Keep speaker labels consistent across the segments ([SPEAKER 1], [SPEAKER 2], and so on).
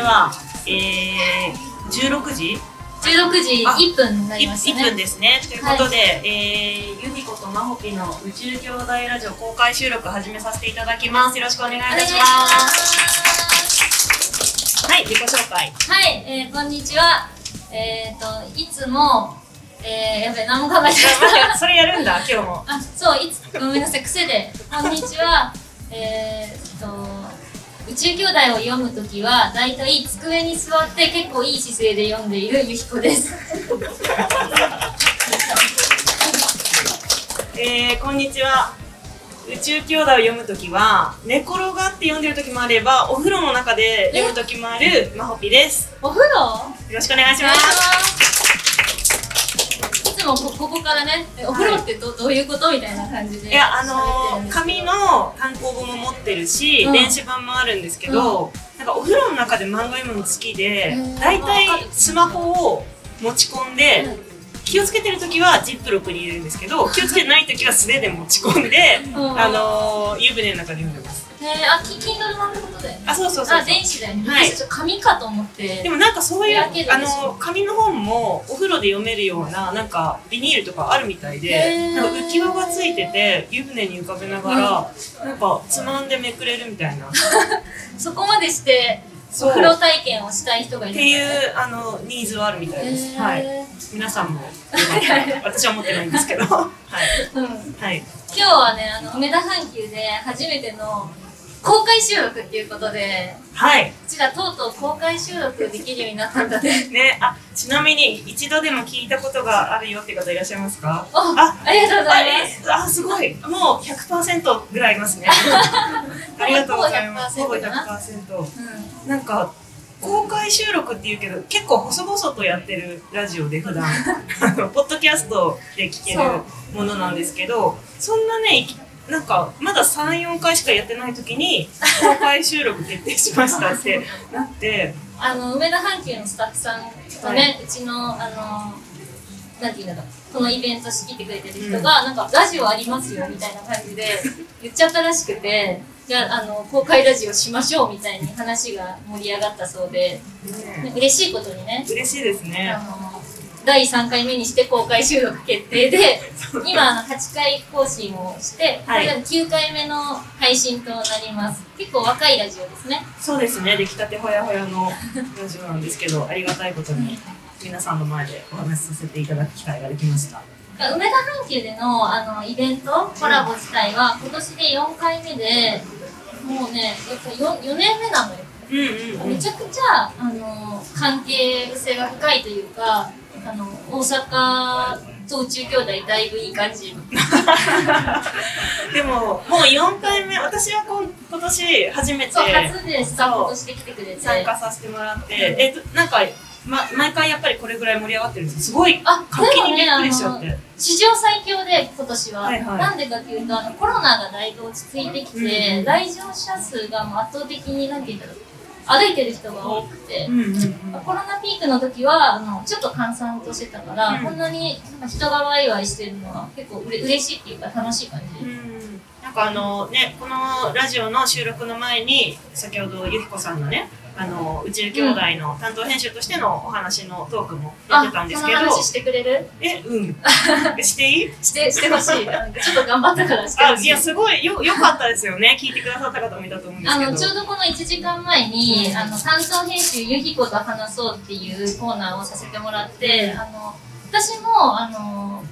[SPEAKER 1] は、えー、16時
[SPEAKER 2] 16時1分になりました
[SPEAKER 1] 1
[SPEAKER 2] ね
[SPEAKER 1] 分ですね。ということで、えー、ユニコとマホピの宇宙兄弟ラジオ公開収録始めさせていただきます。よろしくお願いい
[SPEAKER 2] お
[SPEAKER 1] た
[SPEAKER 2] 願い
[SPEAKER 1] し
[SPEAKER 2] し
[SPEAKER 1] ま。
[SPEAKER 2] ますす
[SPEAKER 1] はい、自己紹介。
[SPEAKER 2] はい、えー、こんにちはえっ、ー、といつもえー、やべ何も考えてない
[SPEAKER 1] それやるんだ、今日も。
[SPEAKER 2] あそういつごめんなさい癖で「こんにちは」えーっと宇宙兄弟を読むときはだいたい机に座って結構いい姿勢で読んでいるゆひこです。
[SPEAKER 1] えー、こんにちは。宇宙兄弟を読むときは、寝転がって読んでるときもあれば、お風呂の中で読むときもあるマホピです。
[SPEAKER 2] お風呂？
[SPEAKER 1] よろしくお願いし
[SPEAKER 2] お願
[SPEAKER 1] ま
[SPEAKER 2] いし
[SPEAKER 1] す。
[SPEAKER 2] ます。いつもこここからねえお風呂ってど,、どういうことみたいな感じで
[SPEAKER 1] いや、あ
[SPEAKER 2] 喋っ
[SPEAKER 1] の
[SPEAKER 2] てるん
[SPEAKER 1] ー、
[SPEAKER 2] ですけど
[SPEAKER 1] 紙の単行本も持ってるし、
[SPEAKER 2] うん
[SPEAKER 1] 電子版もあるんですけど、なんかお風呂の中で漫画読むの好きで
[SPEAKER 2] う、ん
[SPEAKER 1] だいたい
[SPEAKER 2] わかる
[SPEAKER 1] スマホを持ち込んで、気をつけてる時はジップロックに入れるんですけど、気をつけてない時は素手で持ち込んで、
[SPEAKER 2] うん
[SPEAKER 1] あのー、湯船の中で読んでます。
[SPEAKER 2] ねあキキンドルなんてことだよね。
[SPEAKER 1] あ、そうそうそう
[SPEAKER 2] あ電子だよね。
[SPEAKER 1] はい
[SPEAKER 2] 私ちょっと紙かと思って。
[SPEAKER 1] でもなんかそういう、
[SPEAKER 2] だけど
[SPEAKER 1] あの紙の本もお風呂で読めるようななんかビニールとかあるみたい
[SPEAKER 2] へ
[SPEAKER 1] で
[SPEAKER 2] ー
[SPEAKER 1] なんか浮き輪がついてて湯船に浮かべながら、なんかつまんでめくれるみたいな
[SPEAKER 2] そこまでしてお
[SPEAKER 1] そう
[SPEAKER 2] 風呂体験をしたい人がい
[SPEAKER 1] っ
[SPEAKER 2] る
[SPEAKER 1] て
[SPEAKER 2] んだ
[SPEAKER 1] い
[SPEAKER 2] よね
[SPEAKER 1] うあのニーズはあるみたいです、
[SPEAKER 2] へー
[SPEAKER 1] はい皆さんもよかった ら私は持ってないんですけどはい、
[SPEAKER 2] うん、
[SPEAKER 1] はい、
[SPEAKER 2] 今日はねあの梅田阪急で初めての公開収録っていうことで
[SPEAKER 1] はいう
[SPEAKER 2] ちらとうとう公開収録できるようになったんだね
[SPEAKER 1] ねあちなみに一度でも聞いたことがあるよって方いらっしゃいますか
[SPEAKER 2] お
[SPEAKER 1] あ
[SPEAKER 2] ありがとうございます
[SPEAKER 1] ああすごいもう100%ぐらいい ますねありがとうございます
[SPEAKER 2] ほぼ100%だな
[SPEAKER 1] 100%
[SPEAKER 2] うん
[SPEAKER 1] なんか公開収録っていうけど結構細々とやってるラジオで 普段あのポッドキャストで聞けるものなんですけどそんなねいきなんかまだ34回しかやってない時に公開収録決定しましたってなって
[SPEAKER 2] あの梅田阪急のスタッフさんとね、うちのあのなんていうんだろうこのイベント仕切ってくれてる人が、
[SPEAKER 1] うん
[SPEAKER 2] なんかラジオありますよみたいな感じで言っちゃったらしくてじゃああの公開ラジオしましょうみたいに話が盛り上がったそうで
[SPEAKER 1] ね
[SPEAKER 2] 嬉しいことにね
[SPEAKER 1] 嬉しいですね
[SPEAKER 2] あ。の第3回目にして公開収録決定で今あの8回更新をして、
[SPEAKER 1] はい
[SPEAKER 2] これが9回目の配信となります結構若いラジオですね
[SPEAKER 1] そうですね出来たてほやほやのラジオなんですけどありがたいことに皆さんの前でお話しさせていただく機会ができました。
[SPEAKER 2] 梅田阪急でのあのイベントコラボ自体は今年で4回目でもうねやっぱ 4, 4年目なのよ
[SPEAKER 1] うんうんう
[SPEAKER 2] め
[SPEAKER 1] ん
[SPEAKER 2] ちゃくちゃあの関係性が深いというかあの大阪と宇宙兄弟だいぶいい感じ
[SPEAKER 1] でももう4回目私はこん今年初めて
[SPEAKER 2] そう初でスタッフとして来てくれて
[SPEAKER 1] 参加させてもらって、えっとなんか、ま、毎回やっぱりこれぐらい盛り上がってるんですすごい
[SPEAKER 2] あ、
[SPEAKER 1] 活気
[SPEAKER 2] でも
[SPEAKER 1] にび
[SPEAKER 2] ね、
[SPEAKER 1] っ
[SPEAKER 2] あ
[SPEAKER 1] くりしちゃ
[SPEAKER 2] の
[SPEAKER 1] って、
[SPEAKER 2] 史上最強で今年は、
[SPEAKER 1] はいはい
[SPEAKER 2] なんでかっていうとあのコロナがだいぶ落ち着いてきて、
[SPEAKER 1] うんうん
[SPEAKER 2] 来場者数がもう圧倒的になんて言うんだろう歩いてる人が多くて
[SPEAKER 1] う、んうんうん、
[SPEAKER 2] コロナピークの時はあのちょっと閑散としてたから、
[SPEAKER 1] うん
[SPEAKER 2] こんなになんか人がワイワイしてるのは結構うれ嬉しいっていうか楽しい感じ、
[SPEAKER 1] うんなんかあのねこのラジオの収録の前に先ほどゆきこさんのねあの宇宙兄弟の担当編集としてのお話のトークもやっ
[SPEAKER 2] あ
[SPEAKER 1] てたんです
[SPEAKER 2] そ
[SPEAKER 1] け
[SPEAKER 2] の
[SPEAKER 1] ど、
[SPEAKER 2] 話してくれる
[SPEAKER 1] えうんしていい
[SPEAKER 2] してしてほしいなんかちょっと頑張ったからして
[SPEAKER 1] あ
[SPEAKER 2] ほ
[SPEAKER 1] い
[SPEAKER 2] しい
[SPEAKER 1] やすごいよよかったですよね聞いてくださった方もいたと思うんです
[SPEAKER 2] あ
[SPEAKER 1] けど
[SPEAKER 2] のちょうどこの1時間前に、あの担当編集ゆき子と話そうっていうコーナーをさせてもらって、あの私もあの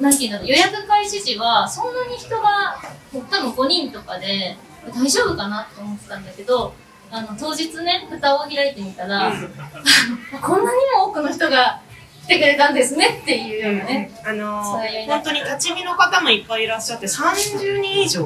[SPEAKER 2] なんていうんだろう予約開始時はそんなに人が多分5人とかで大丈夫かなと思ってたんだけどあの当日ね蓋を開いてみたら、 こんなにも多くの人が来てくれたんですねっていうようなね、
[SPEAKER 1] あの
[SPEAKER 2] そういう
[SPEAKER 1] 本当に立ち見の方もいっぱいいらっしゃって30人以上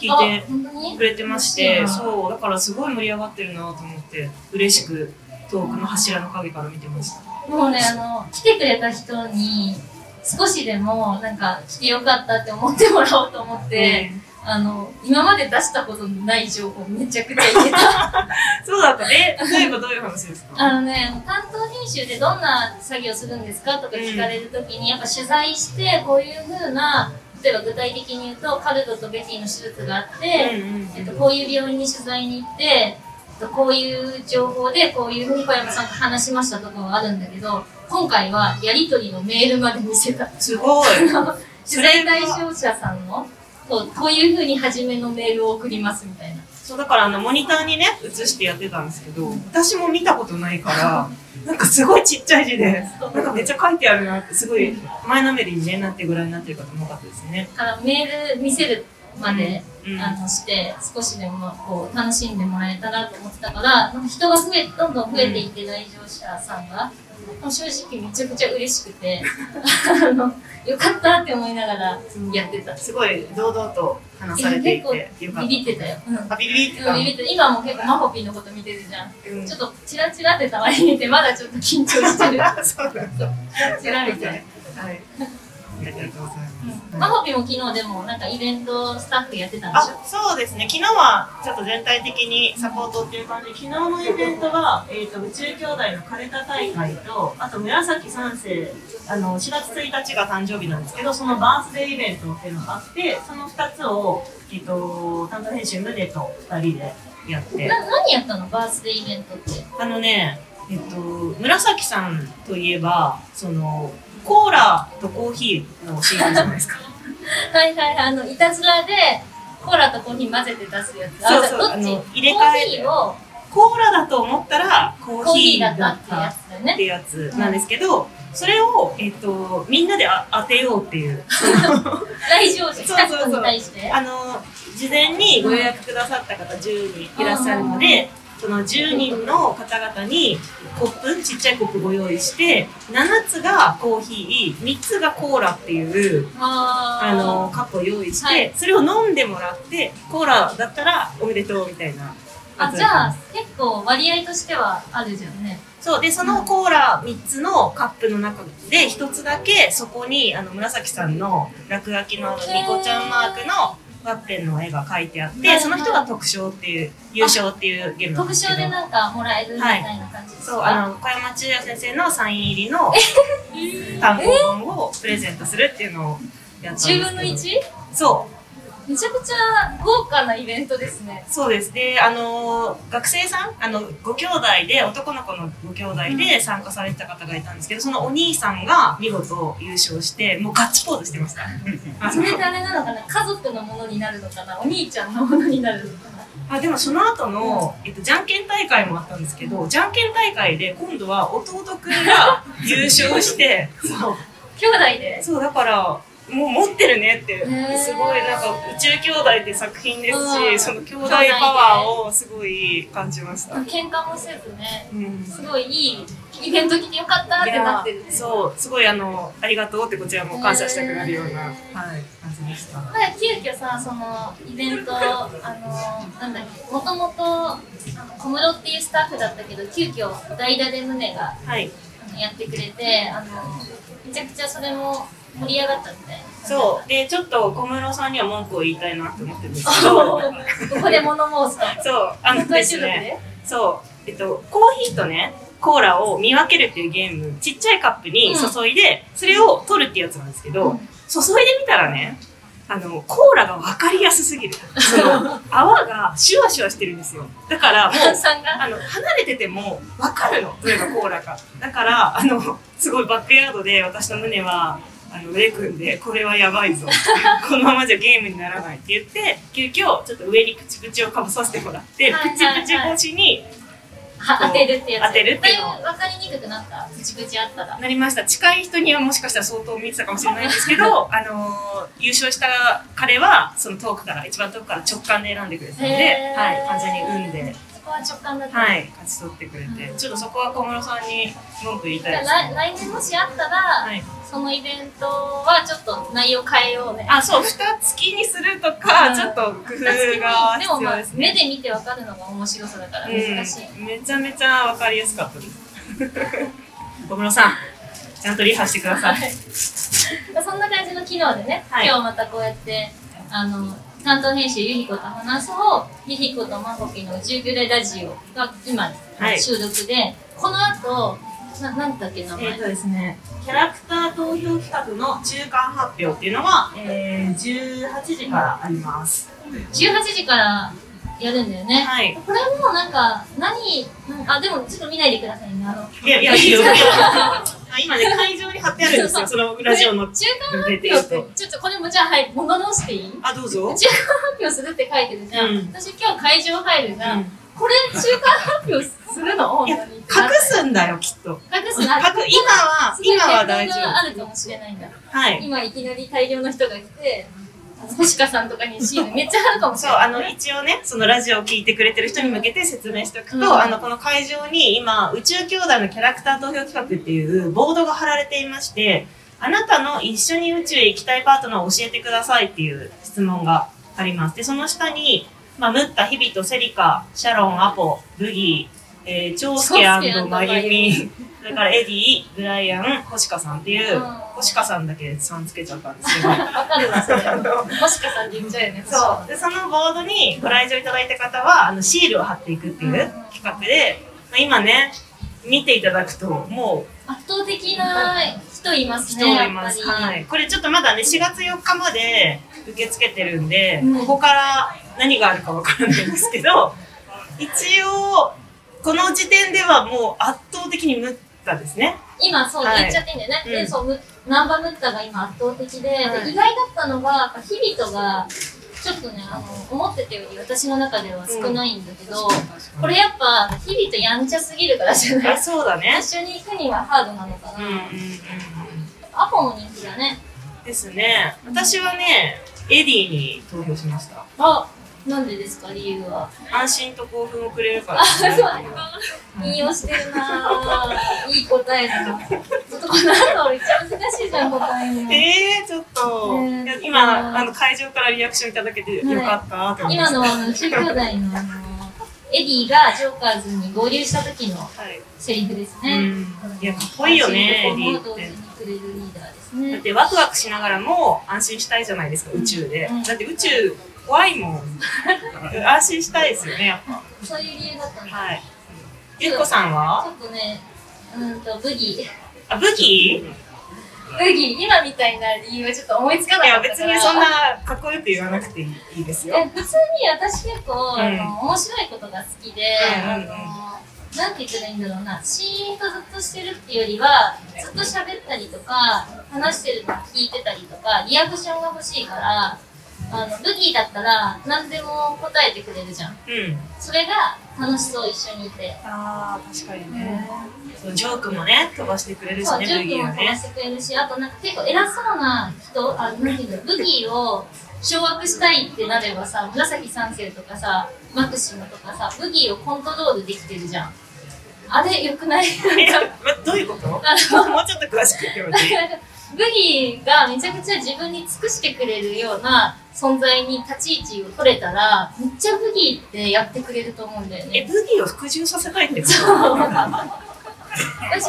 [SPEAKER 1] 聞
[SPEAKER 2] あ
[SPEAKER 1] い
[SPEAKER 2] 本当に
[SPEAKER 1] てくれてまし
[SPEAKER 2] 嬉しい
[SPEAKER 1] て
[SPEAKER 2] な
[SPEAKER 1] そうだからすごい盛り上がってるなと思って嬉しく遠くの柱の影から見てました
[SPEAKER 2] もうね、あの、来てくれた人に、少しでも、なんか、来てよかったって思ってもらおうと思って、あの、今まで出したことのない情報めちゃくちゃ入れた。
[SPEAKER 1] そうだったね例えばどういう話です
[SPEAKER 2] あ
[SPEAKER 1] か
[SPEAKER 2] のね、担当編集でどんな作業するんですかとか聞かれるときに、やっぱ取材して、こういう風な、例えば具体的に言うと、カルドとベティの手術があって、
[SPEAKER 1] うんうん
[SPEAKER 2] えっと、こういう病院に取材に行って、とこういう情報でこういうふうに小山さんと話しましたとかはあるんだけど今回はやり取りのメールまで見せた
[SPEAKER 1] すごい。
[SPEAKER 2] 取材対象者さんのこうこういうふうに初めのメールを送りますみたいな
[SPEAKER 1] そうだからあのモニターにね映してやってたんですけど私も見たことない からなんかすごいちっちゃい字でなんかめっちゃ書いてあるなってすごい前のめりにねなってぐらいになってる方も多かったですね。
[SPEAKER 2] だからメール見せるまで、
[SPEAKER 1] うん
[SPEAKER 2] あのして少しでもこう楽しんでもらえたらと思ってたからなんか人が増えどんどん増えていって来場者さんが、もう正直めちゃくちゃ嬉しく てあのよかったって思いながらやってた。
[SPEAKER 1] すごい堂々と話されていてよかっ
[SPEAKER 2] ビビってたよ。うん
[SPEAKER 1] た。あビビビって
[SPEAKER 2] うん、
[SPEAKER 1] た
[SPEAKER 2] ビビって今も結構マホピーのこと見てるじゃん。
[SPEAKER 1] うん
[SPEAKER 2] ちょっとチラチラってたまに見てまだちょっと緊張してる。
[SPEAKER 1] あ そうなん だ。
[SPEAKER 2] チラみたいな。
[SPEAKER 1] はい。ありがとうございます。
[SPEAKER 2] マホピも昨日でもなんかイベントスタッフやってたんでしょ
[SPEAKER 1] あそうですね、昨日はちょっと全体的にサポートっていう感じで、昨日のイベントが、えー、と宇宙兄弟のカルタ大会と、あと紫三世あの、4月1日が誕生日なんですけど、そのバースデーイベントっていうのがあって、その2つを、えー、と担当編集、ムネと2人でやって。
[SPEAKER 2] な何やったのバースデーイベントって。
[SPEAKER 1] あのね、えっと、紫さんといえば、その、コーラとコーヒーの CM じゃないですか。
[SPEAKER 2] はいはいはい、あの、いたずらで、コーラとコーヒー混ぜて出すやつ。
[SPEAKER 1] そうそう
[SPEAKER 2] あ
[SPEAKER 1] あ
[SPEAKER 2] どっ
[SPEAKER 1] の
[SPEAKER 2] ち
[SPEAKER 1] 入れ替え
[SPEAKER 2] コーヒーを
[SPEAKER 1] コーラだと思ったらコ
[SPEAKER 2] コ
[SPEAKER 1] ー
[SPEAKER 2] ーヒ
[SPEAKER 1] ヒ
[SPEAKER 2] ー
[SPEAKER 1] ー
[SPEAKER 2] だ
[SPEAKER 1] だ
[SPEAKER 2] っ
[SPEAKER 1] ったた
[SPEAKER 2] っ
[SPEAKER 1] って
[SPEAKER 2] やつだよ
[SPEAKER 1] っ
[SPEAKER 2] ね。
[SPEAKER 1] てやつなんですけど、それを、えっと、みんなであ当てようっていう
[SPEAKER 2] 来場者、
[SPEAKER 1] そう
[SPEAKER 2] 来
[SPEAKER 1] そう
[SPEAKER 2] た人に対して。
[SPEAKER 1] あの事前にご予約くださった方10人いらっしゃるのでその10人の方々にコップちっちゃいコップご用意して7つがコーヒー3つがコーラっていう
[SPEAKER 2] あー
[SPEAKER 1] あのカップを用意して、
[SPEAKER 2] はい
[SPEAKER 1] それを飲んでもらってコーラだったらおめでとうみたいな
[SPEAKER 2] あ、じゃあ、結構割合としてはあるじゃんね。
[SPEAKER 1] そうでそのコーラ3つのカップの中で1つだけそこにあの紫さんの落書きのあのニコちゃんマークのワッペンの絵が描いてあっ
[SPEAKER 2] はいは
[SPEAKER 1] て
[SPEAKER 2] い
[SPEAKER 1] その人が特賞っていう優勝っていうゲームなん
[SPEAKER 2] 特
[SPEAKER 1] ですけ
[SPEAKER 2] 賞
[SPEAKER 1] ど
[SPEAKER 2] でなんかもらえるみたいな感じですか、
[SPEAKER 1] そうあの小山中也先生のサイン入りの単行本をプレゼントするっていうのをやったんですけ
[SPEAKER 2] 10
[SPEAKER 1] ど
[SPEAKER 2] 分の 1?
[SPEAKER 1] そう
[SPEAKER 2] めちゃくちゃ豪華なイベントですね。
[SPEAKER 1] そうですであの学生さんあのご兄弟で男の子のご兄弟で参加されてた方がいたんですけどそのお兄さんが見事優勝してもうガッツポーズしてましたあ
[SPEAKER 2] そ
[SPEAKER 1] の
[SPEAKER 2] れってあれなのかな家族のものになるのかなお兄ちゃんのものになるのかな
[SPEAKER 1] あでもその後の、えっと、じゃんけん大会もあったんですけどじゃんけん大会で今度は弟くん が優勝してそう
[SPEAKER 2] 兄弟で
[SPEAKER 1] そうだからもう持ってるねって
[SPEAKER 2] ー
[SPEAKER 1] すごいなんか「宇宙兄弟」って作品です
[SPEAKER 2] うん
[SPEAKER 1] しその兄弟パワーをすごい感じました。
[SPEAKER 2] 喧嘩もせずね
[SPEAKER 1] うん
[SPEAKER 2] すごいいいイベント来てよかったってなってる
[SPEAKER 1] いやそうすごいあのありがとうってこちらも感謝したくなるような、はい、感じでした。
[SPEAKER 2] まあ急遽さそのイベントあのなんだっけもともとあの小室っていうスタッフだったけど急遽代打で宗が
[SPEAKER 1] はい、
[SPEAKER 2] あのやってくれてあのめちゃくちゃそれも盛り上がったみたいな
[SPEAKER 1] そうでちょっと小室さんには文句を言いたいなと思ってるんですけど
[SPEAKER 2] おーここで物申すと
[SPEAKER 1] そうあ の
[SPEAKER 2] 公
[SPEAKER 1] で
[SPEAKER 2] 収
[SPEAKER 1] す
[SPEAKER 2] 録
[SPEAKER 1] ね
[SPEAKER 2] で
[SPEAKER 1] そうえっとコーヒーとねコーラを見分けるっていうゲームちっちゃいカップに注いで、それを取るってやつなんですけど、
[SPEAKER 2] うん
[SPEAKER 1] 注いでみたらねあのコーラが分かりやすすぎるその泡がシュワシュワしてるんですよだからもう
[SPEAKER 2] 炭酸が
[SPEAKER 1] あの離れてても分かるのどれがコーラかだからあのすごいバックヤードで私と胸はあの腕組んでこれはやばいぞこのままじゃゲームにならないって言って急遽ちょっと上にプチプチをかぶさせてもらって、
[SPEAKER 2] はいはいはい
[SPEAKER 1] プチプチ越しに
[SPEAKER 2] は当てるってやつ
[SPEAKER 1] 当てるっていうの
[SPEAKER 2] だいぶ分かりにくくなったプチプチあったら
[SPEAKER 1] なりました近い人にはもしかしたら相当見てたかもしれないんですけどあの優勝した彼はその遠くから一番遠くから直感で選んでくれたので、
[SPEAKER 2] へー
[SPEAKER 1] はい、完全に運で。
[SPEAKER 2] そこは直感だった、
[SPEAKER 1] はい、勝ち取ってくれて、ちょっとそこは小室さんに文句言いた
[SPEAKER 2] じ
[SPEAKER 1] い
[SPEAKER 2] ゃ
[SPEAKER 1] で
[SPEAKER 2] あ
[SPEAKER 1] す、
[SPEAKER 2] 来
[SPEAKER 1] ね。
[SPEAKER 2] 来年もしあったら、
[SPEAKER 1] はい
[SPEAKER 2] そのイベントはちょっと内容変えようね。
[SPEAKER 1] あ、そう、蓋付きにするとか、
[SPEAKER 2] うん
[SPEAKER 1] ちょっと工夫が
[SPEAKER 2] でも
[SPEAKER 1] 必要
[SPEAKER 2] まあ
[SPEAKER 1] ですね。
[SPEAKER 2] 目で見てわかるのが面白さだから難しい。
[SPEAKER 1] うん、めちゃめちゃわかりやすかったです。 小室さん、ちゃんとリハしてください。
[SPEAKER 2] そんな感じの機能でね、
[SPEAKER 1] はい
[SPEAKER 2] 今日またこうやってあの担当編集ゆひこと話そうゆひことまほぴの宇宙グレラジオが今、
[SPEAKER 1] はい
[SPEAKER 2] 収録でこの後ななんだっけ名前、
[SPEAKER 1] えっ、とですね、キャラクター投票企画の中間発表っていうのは、えー、18時からあります。
[SPEAKER 2] 18時からやるんだよね。
[SPEAKER 1] はい
[SPEAKER 2] これもなんか、何、なんかあ、でもちょっと見ないでくださいね。あの、
[SPEAKER 1] いやい や、いいよ。あ今ね、会場に貼ってあるんです よ、そのラジオの
[SPEAKER 2] 中。間発表って、ちょっとこれもじゃあ、はい、物直していい
[SPEAKER 1] あ、どうぞ。
[SPEAKER 2] 中間発表するって書いてるじゃん。
[SPEAKER 1] うん
[SPEAKER 2] 私今日会場入るじゃん。
[SPEAKER 1] うん
[SPEAKER 2] これ中間発表するの本
[SPEAKER 1] いや
[SPEAKER 2] 当に。
[SPEAKER 1] 隠すんだよ、きっと。
[SPEAKER 2] 隠す
[SPEAKER 1] 隠今
[SPEAKER 2] な。
[SPEAKER 1] は、
[SPEAKER 2] すごい
[SPEAKER 1] 今は大丈
[SPEAKER 2] 抵抗がある
[SPEAKER 1] 夫。
[SPEAKER 2] かもしれないんだ。
[SPEAKER 1] はい。
[SPEAKER 2] 今いきなり大量の人が来て、あの星香さんとかにシールめっちゃあるかもし
[SPEAKER 1] そ
[SPEAKER 2] れ
[SPEAKER 1] う、
[SPEAKER 2] ない。
[SPEAKER 1] あの、一応ね、そのラジオを聞いてくれてる人に向けて説明しておくと、
[SPEAKER 2] うん
[SPEAKER 1] あの、この会場に今、宇宙兄弟のキャラクター投票企画っていうボードが貼られていまして、あなたの一緒に宇宙へ行きたいパートナーを教えてくださいっていう質問があります。で、その下に、まあ、ムッタ、ヒビト、セリカ、シャロン、アポ、ブギー、えー、チョウスケマユミ、それからエディ、ブライアン、星香さんっていう
[SPEAKER 2] うん、
[SPEAKER 1] 星香さんだけさんつけちゃったんですけど、
[SPEAKER 2] わかるわ、それ。 星香さんって言っちゃうよね。
[SPEAKER 1] そう。で、そのボードにご来場いただいた方は、あの、シールを貼っていくっていう企画で、まあ、今ね、見ていただくと、もう
[SPEAKER 2] 圧倒的な人います
[SPEAKER 1] 人が
[SPEAKER 2] ね、
[SPEAKER 1] い
[SPEAKER 2] やっぱ
[SPEAKER 1] ます。
[SPEAKER 2] り。
[SPEAKER 1] はい。これちょっとまだね、4月4日まで受け付けてるんで、
[SPEAKER 2] うん
[SPEAKER 1] ここから何があるかわからないんですけ ど、一応、この時点ではもう圧倒的にムッタですね。
[SPEAKER 2] 今、そう、
[SPEAKER 1] はい
[SPEAKER 2] 言っちゃっていいんだよね。
[SPEAKER 1] う
[SPEAKER 2] で、
[SPEAKER 1] ん
[SPEAKER 2] そう、むナンバムッタが今圧倒的で、
[SPEAKER 1] はい
[SPEAKER 2] で意外だったのが、やっぱ日々とが、ちょっとね、あの、思ってたより私の中では少ないんだけど、これやっぱ、日々とやんちゃすぎるからじゃない
[SPEAKER 1] あ、そうだね。
[SPEAKER 2] 一緒に行くにはハードなのか
[SPEAKER 1] う
[SPEAKER 2] な。
[SPEAKER 1] んうんうん。
[SPEAKER 2] アポも人気だね。
[SPEAKER 1] ですね。私はね、エディに投票しました。
[SPEAKER 2] あ、なんでですか、理由は。
[SPEAKER 1] 安心と興奮をくれるから
[SPEAKER 2] あ、
[SPEAKER 1] ですね、
[SPEAKER 2] そう。引用してるなぁ。いい答えだな。ちょっとこの後俺一番難しいじゃん、答えも。
[SPEAKER 1] えー、ちょっと、
[SPEAKER 2] ね
[SPEAKER 1] いや
[SPEAKER 2] う
[SPEAKER 1] 今
[SPEAKER 2] ん
[SPEAKER 1] あの会場からリアクションいただけてよかったと思いま
[SPEAKER 2] 今
[SPEAKER 1] す、
[SPEAKER 2] のあの、中兄弟のあの、エディがジョーカーズに合流した時の
[SPEAKER 1] はい
[SPEAKER 2] セリフです
[SPEAKER 1] う
[SPEAKER 2] ね。
[SPEAKER 1] ん、いやかっこいいよねエデ
[SPEAKER 2] リ
[SPEAKER 1] ィ
[SPEAKER 2] ー。同
[SPEAKER 1] っ
[SPEAKER 2] 時
[SPEAKER 1] て
[SPEAKER 2] にくれるリーダーです
[SPEAKER 1] だっ
[SPEAKER 2] ね。
[SPEAKER 1] てワクワクしながらも安心したいじゃないですか宇宙で、
[SPEAKER 2] うん
[SPEAKER 1] だって宇宙怖い もん安心したいですよねやっぱ
[SPEAKER 2] そういう理由だったんだ。
[SPEAKER 1] はいゆっこさん
[SPEAKER 2] ち
[SPEAKER 1] は
[SPEAKER 2] ょっとね、うーんと、ブギー。
[SPEAKER 1] あ武器い
[SPEAKER 2] ブギー、今みたいな理由はちょっと思いつかなか
[SPEAKER 1] や
[SPEAKER 2] った
[SPEAKER 1] 別
[SPEAKER 2] から。
[SPEAKER 1] にそんなかっこよく言わなくていいですよ
[SPEAKER 2] え普通に私結構、あ
[SPEAKER 1] うん
[SPEAKER 2] の面白いことが好きで、
[SPEAKER 1] うん
[SPEAKER 2] あ
[SPEAKER 1] うんうん
[SPEAKER 2] のなんて言ったらいいんだろうなシーンとずっとしてるっていうよりはずっと喋ったりとか話してるのを聞いてたりとかリアクションが欲しいからあのブギーだったら何でも答えてくれるじゃん
[SPEAKER 1] うん
[SPEAKER 2] それが楽しそう一緒にいて。
[SPEAKER 1] あー確かにね、そうジョークもね飛ばしてくれるし
[SPEAKER 2] そう、
[SPEAKER 1] ね
[SPEAKER 2] ジョ
[SPEAKER 1] 武
[SPEAKER 2] ー
[SPEAKER 1] 器
[SPEAKER 2] クも
[SPEAKER 1] は
[SPEAKER 2] 飛ば
[SPEAKER 1] ね
[SPEAKER 2] してくれるし、あとなんか結構偉そうな人、あ、なんていうんだろう、武器を掌握したいってなればさ、紫三世とかさ、マクシムとかさ、武器をコントロールできてるじゃん。あれ、よくない
[SPEAKER 1] えまどういうこともう
[SPEAKER 2] あ
[SPEAKER 1] ちょっと詳しく言ってもらってい い
[SPEAKER 2] ブギーがめちゃくちゃ自分に尽くしてくれるような存在に立ち位置を取れたら、めっちゃブギーってやってくれると思うんだよ
[SPEAKER 1] え、
[SPEAKER 2] ね。
[SPEAKER 1] ブギーを服従させたいってこと
[SPEAKER 2] 私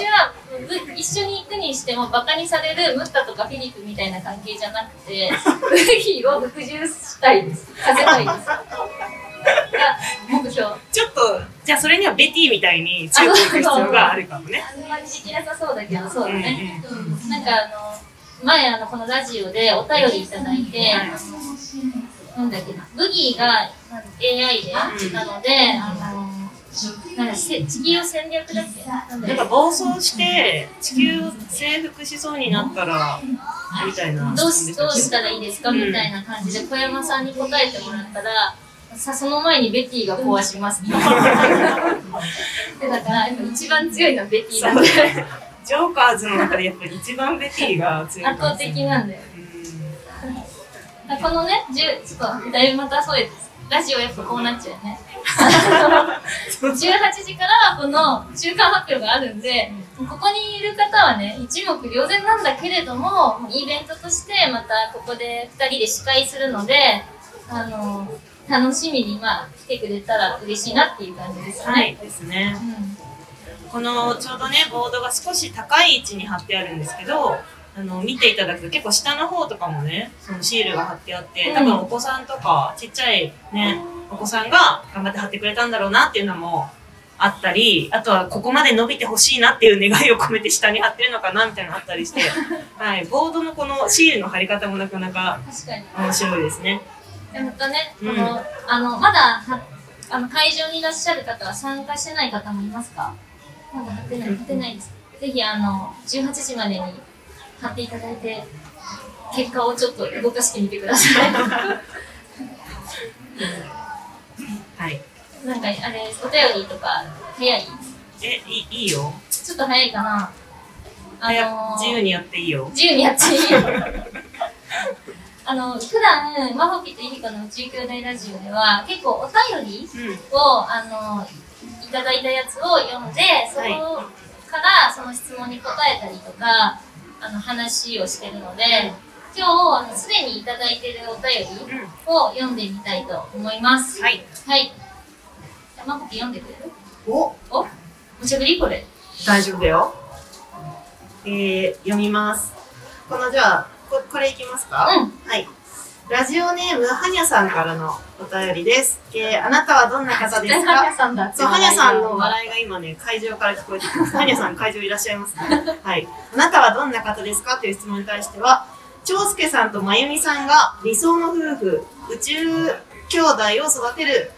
[SPEAKER 2] はぶ一緒に行くにしてもバカにされるムッタとかフィリップみたいな関係じゃなくて ブギーを服従したいですさせたいですが目標あ
[SPEAKER 1] ちょっと、じゃあそれにはベティみたいに強くいく必要があるかもね。
[SPEAKER 2] んまりできなさそうだけどそうだね、うんなんかあの前あのこのラジオでお便りいただいて、あのなんだっけなブギーがあの AI で、
[SPEAKER 1] うん
[SPEAKER 2] なのであのなんかせ地球を戦略だっけなんだ
[SPEAKER 1] な
[SPEAKER 2] っ
[SPEAKER 1] ん
[SPEAKER 2] け
[SPEAKER 1] か暴走して地球を征服しそうになったら、みたいな。
[SPEAKER 2] どうしどうしたらいいですか
[SPEAKER 1] うん
[SPEAKER 2] みたいな感じで小山さんに答えてもらったら、さその前にベティが壊し ますって言われてだからやっぱ一番強いのはベティなんで
[SPEAKER 1] ジョーカーズの中でやっぱり一番ベティが強い
[SPEAKER 2] 圧
[SPEAKER 1] かも
[SPEAKER 2] 倒
[SPEAKER 1] しれ
[SPEAKER 2] 的
[SPEAKER 1] ない。
[SPEAKER 2] なんだよだからこのねじゅちょっとだいぶまたそうですラジオやっぱこうなっちゃうよ ね18時からこの中間発表があるんでここにいる方はね一目瞭然なんだけれどもイベントとしてまたここで2人で司会するのであの楽しみにまあ来てくれたら嬉しいなっていう感じですね、
[SPEAKER 1] はい、ですね。このちょうどねボードが少し高い位置に貼ってあるんですけどあの見ていただくと結構下の方とかもねそのシールが貼ってあって多分お子さんとかちっちゃいねお子さんが頑張って貼ってくれたんだろうなっていうのもあったりあとはここまで伸びてほしいなっていう願いを込めて下に貼ってるのかなみたいなのあったり して、はい、ボードのこのシールの貼り方もなかなか
[SPEAKER 2] うん、確かに
[SPEAKER 1] 面白いですね。
[SPEAKER 2] でまたね、
[SPEAKER 1] うん
[SPEAKER 2] このあのまだはあの会場にいらっしゃる方は参加してない方もいますかまだ貼ってない、貼ってないです。ぜひあの、18時までに貼っていただいて、結果をちょっと動かしてみてくださ い。
[SPEAKER 1] はい。
[SPEAKER 2] なんかあれ、お便りとか早い
[SPEAKER 1] え、いいいいよ。
[SPEAKER 2] ちょっと早いかなあ
[SPEAKER 1] 早
[SPEAKER 2] のー
[SPEAKER 1] 自由にやっていいよ。
[SPEAKER 2] 自由にやっていいよ。 あの、普段、まほきとゆりこの宇宙兄弟ラジオでは、結構お便り
[SPEAKER 1] うん。
[SPEAKER 2] を、あの、いただいたやつを読んで、そこからその質問に答えたりとか、あの、話をしてるので、今日、あの、すでにいただいてるお便り
[SPEAKER 1] うん。
[SPEAKER 2] を読んでみたいと思います。
[SPEAKER 1] はい。
[SPEAKER 2] はい。じゃあ、まほき読んでくれる
[SPEAKER 1] お
[SPEAKER 2] おむしゃぶりこれ。
[SPEAKER 1] 大丈夫だよ。えー、読みます。この、じゃあ、ここれいきますか
[SPEAKER 2] うん。
[SPEAKER 1] はい。ラジオネーム、はにゃさんからのお便りです。えー、あなたはどんな方ですか
[SPEAKER 2] さんだ
[SPEAKER 1] そう、はにゃさんの笑いが今ね、会場から聞こえてきます。はにゃさん、会場いらっしゃいますね。はい。あなたはどんな方ですかという質問に対しては、長介さんとまゆみさんが理想の夫婦、宇宙兄弟を育てる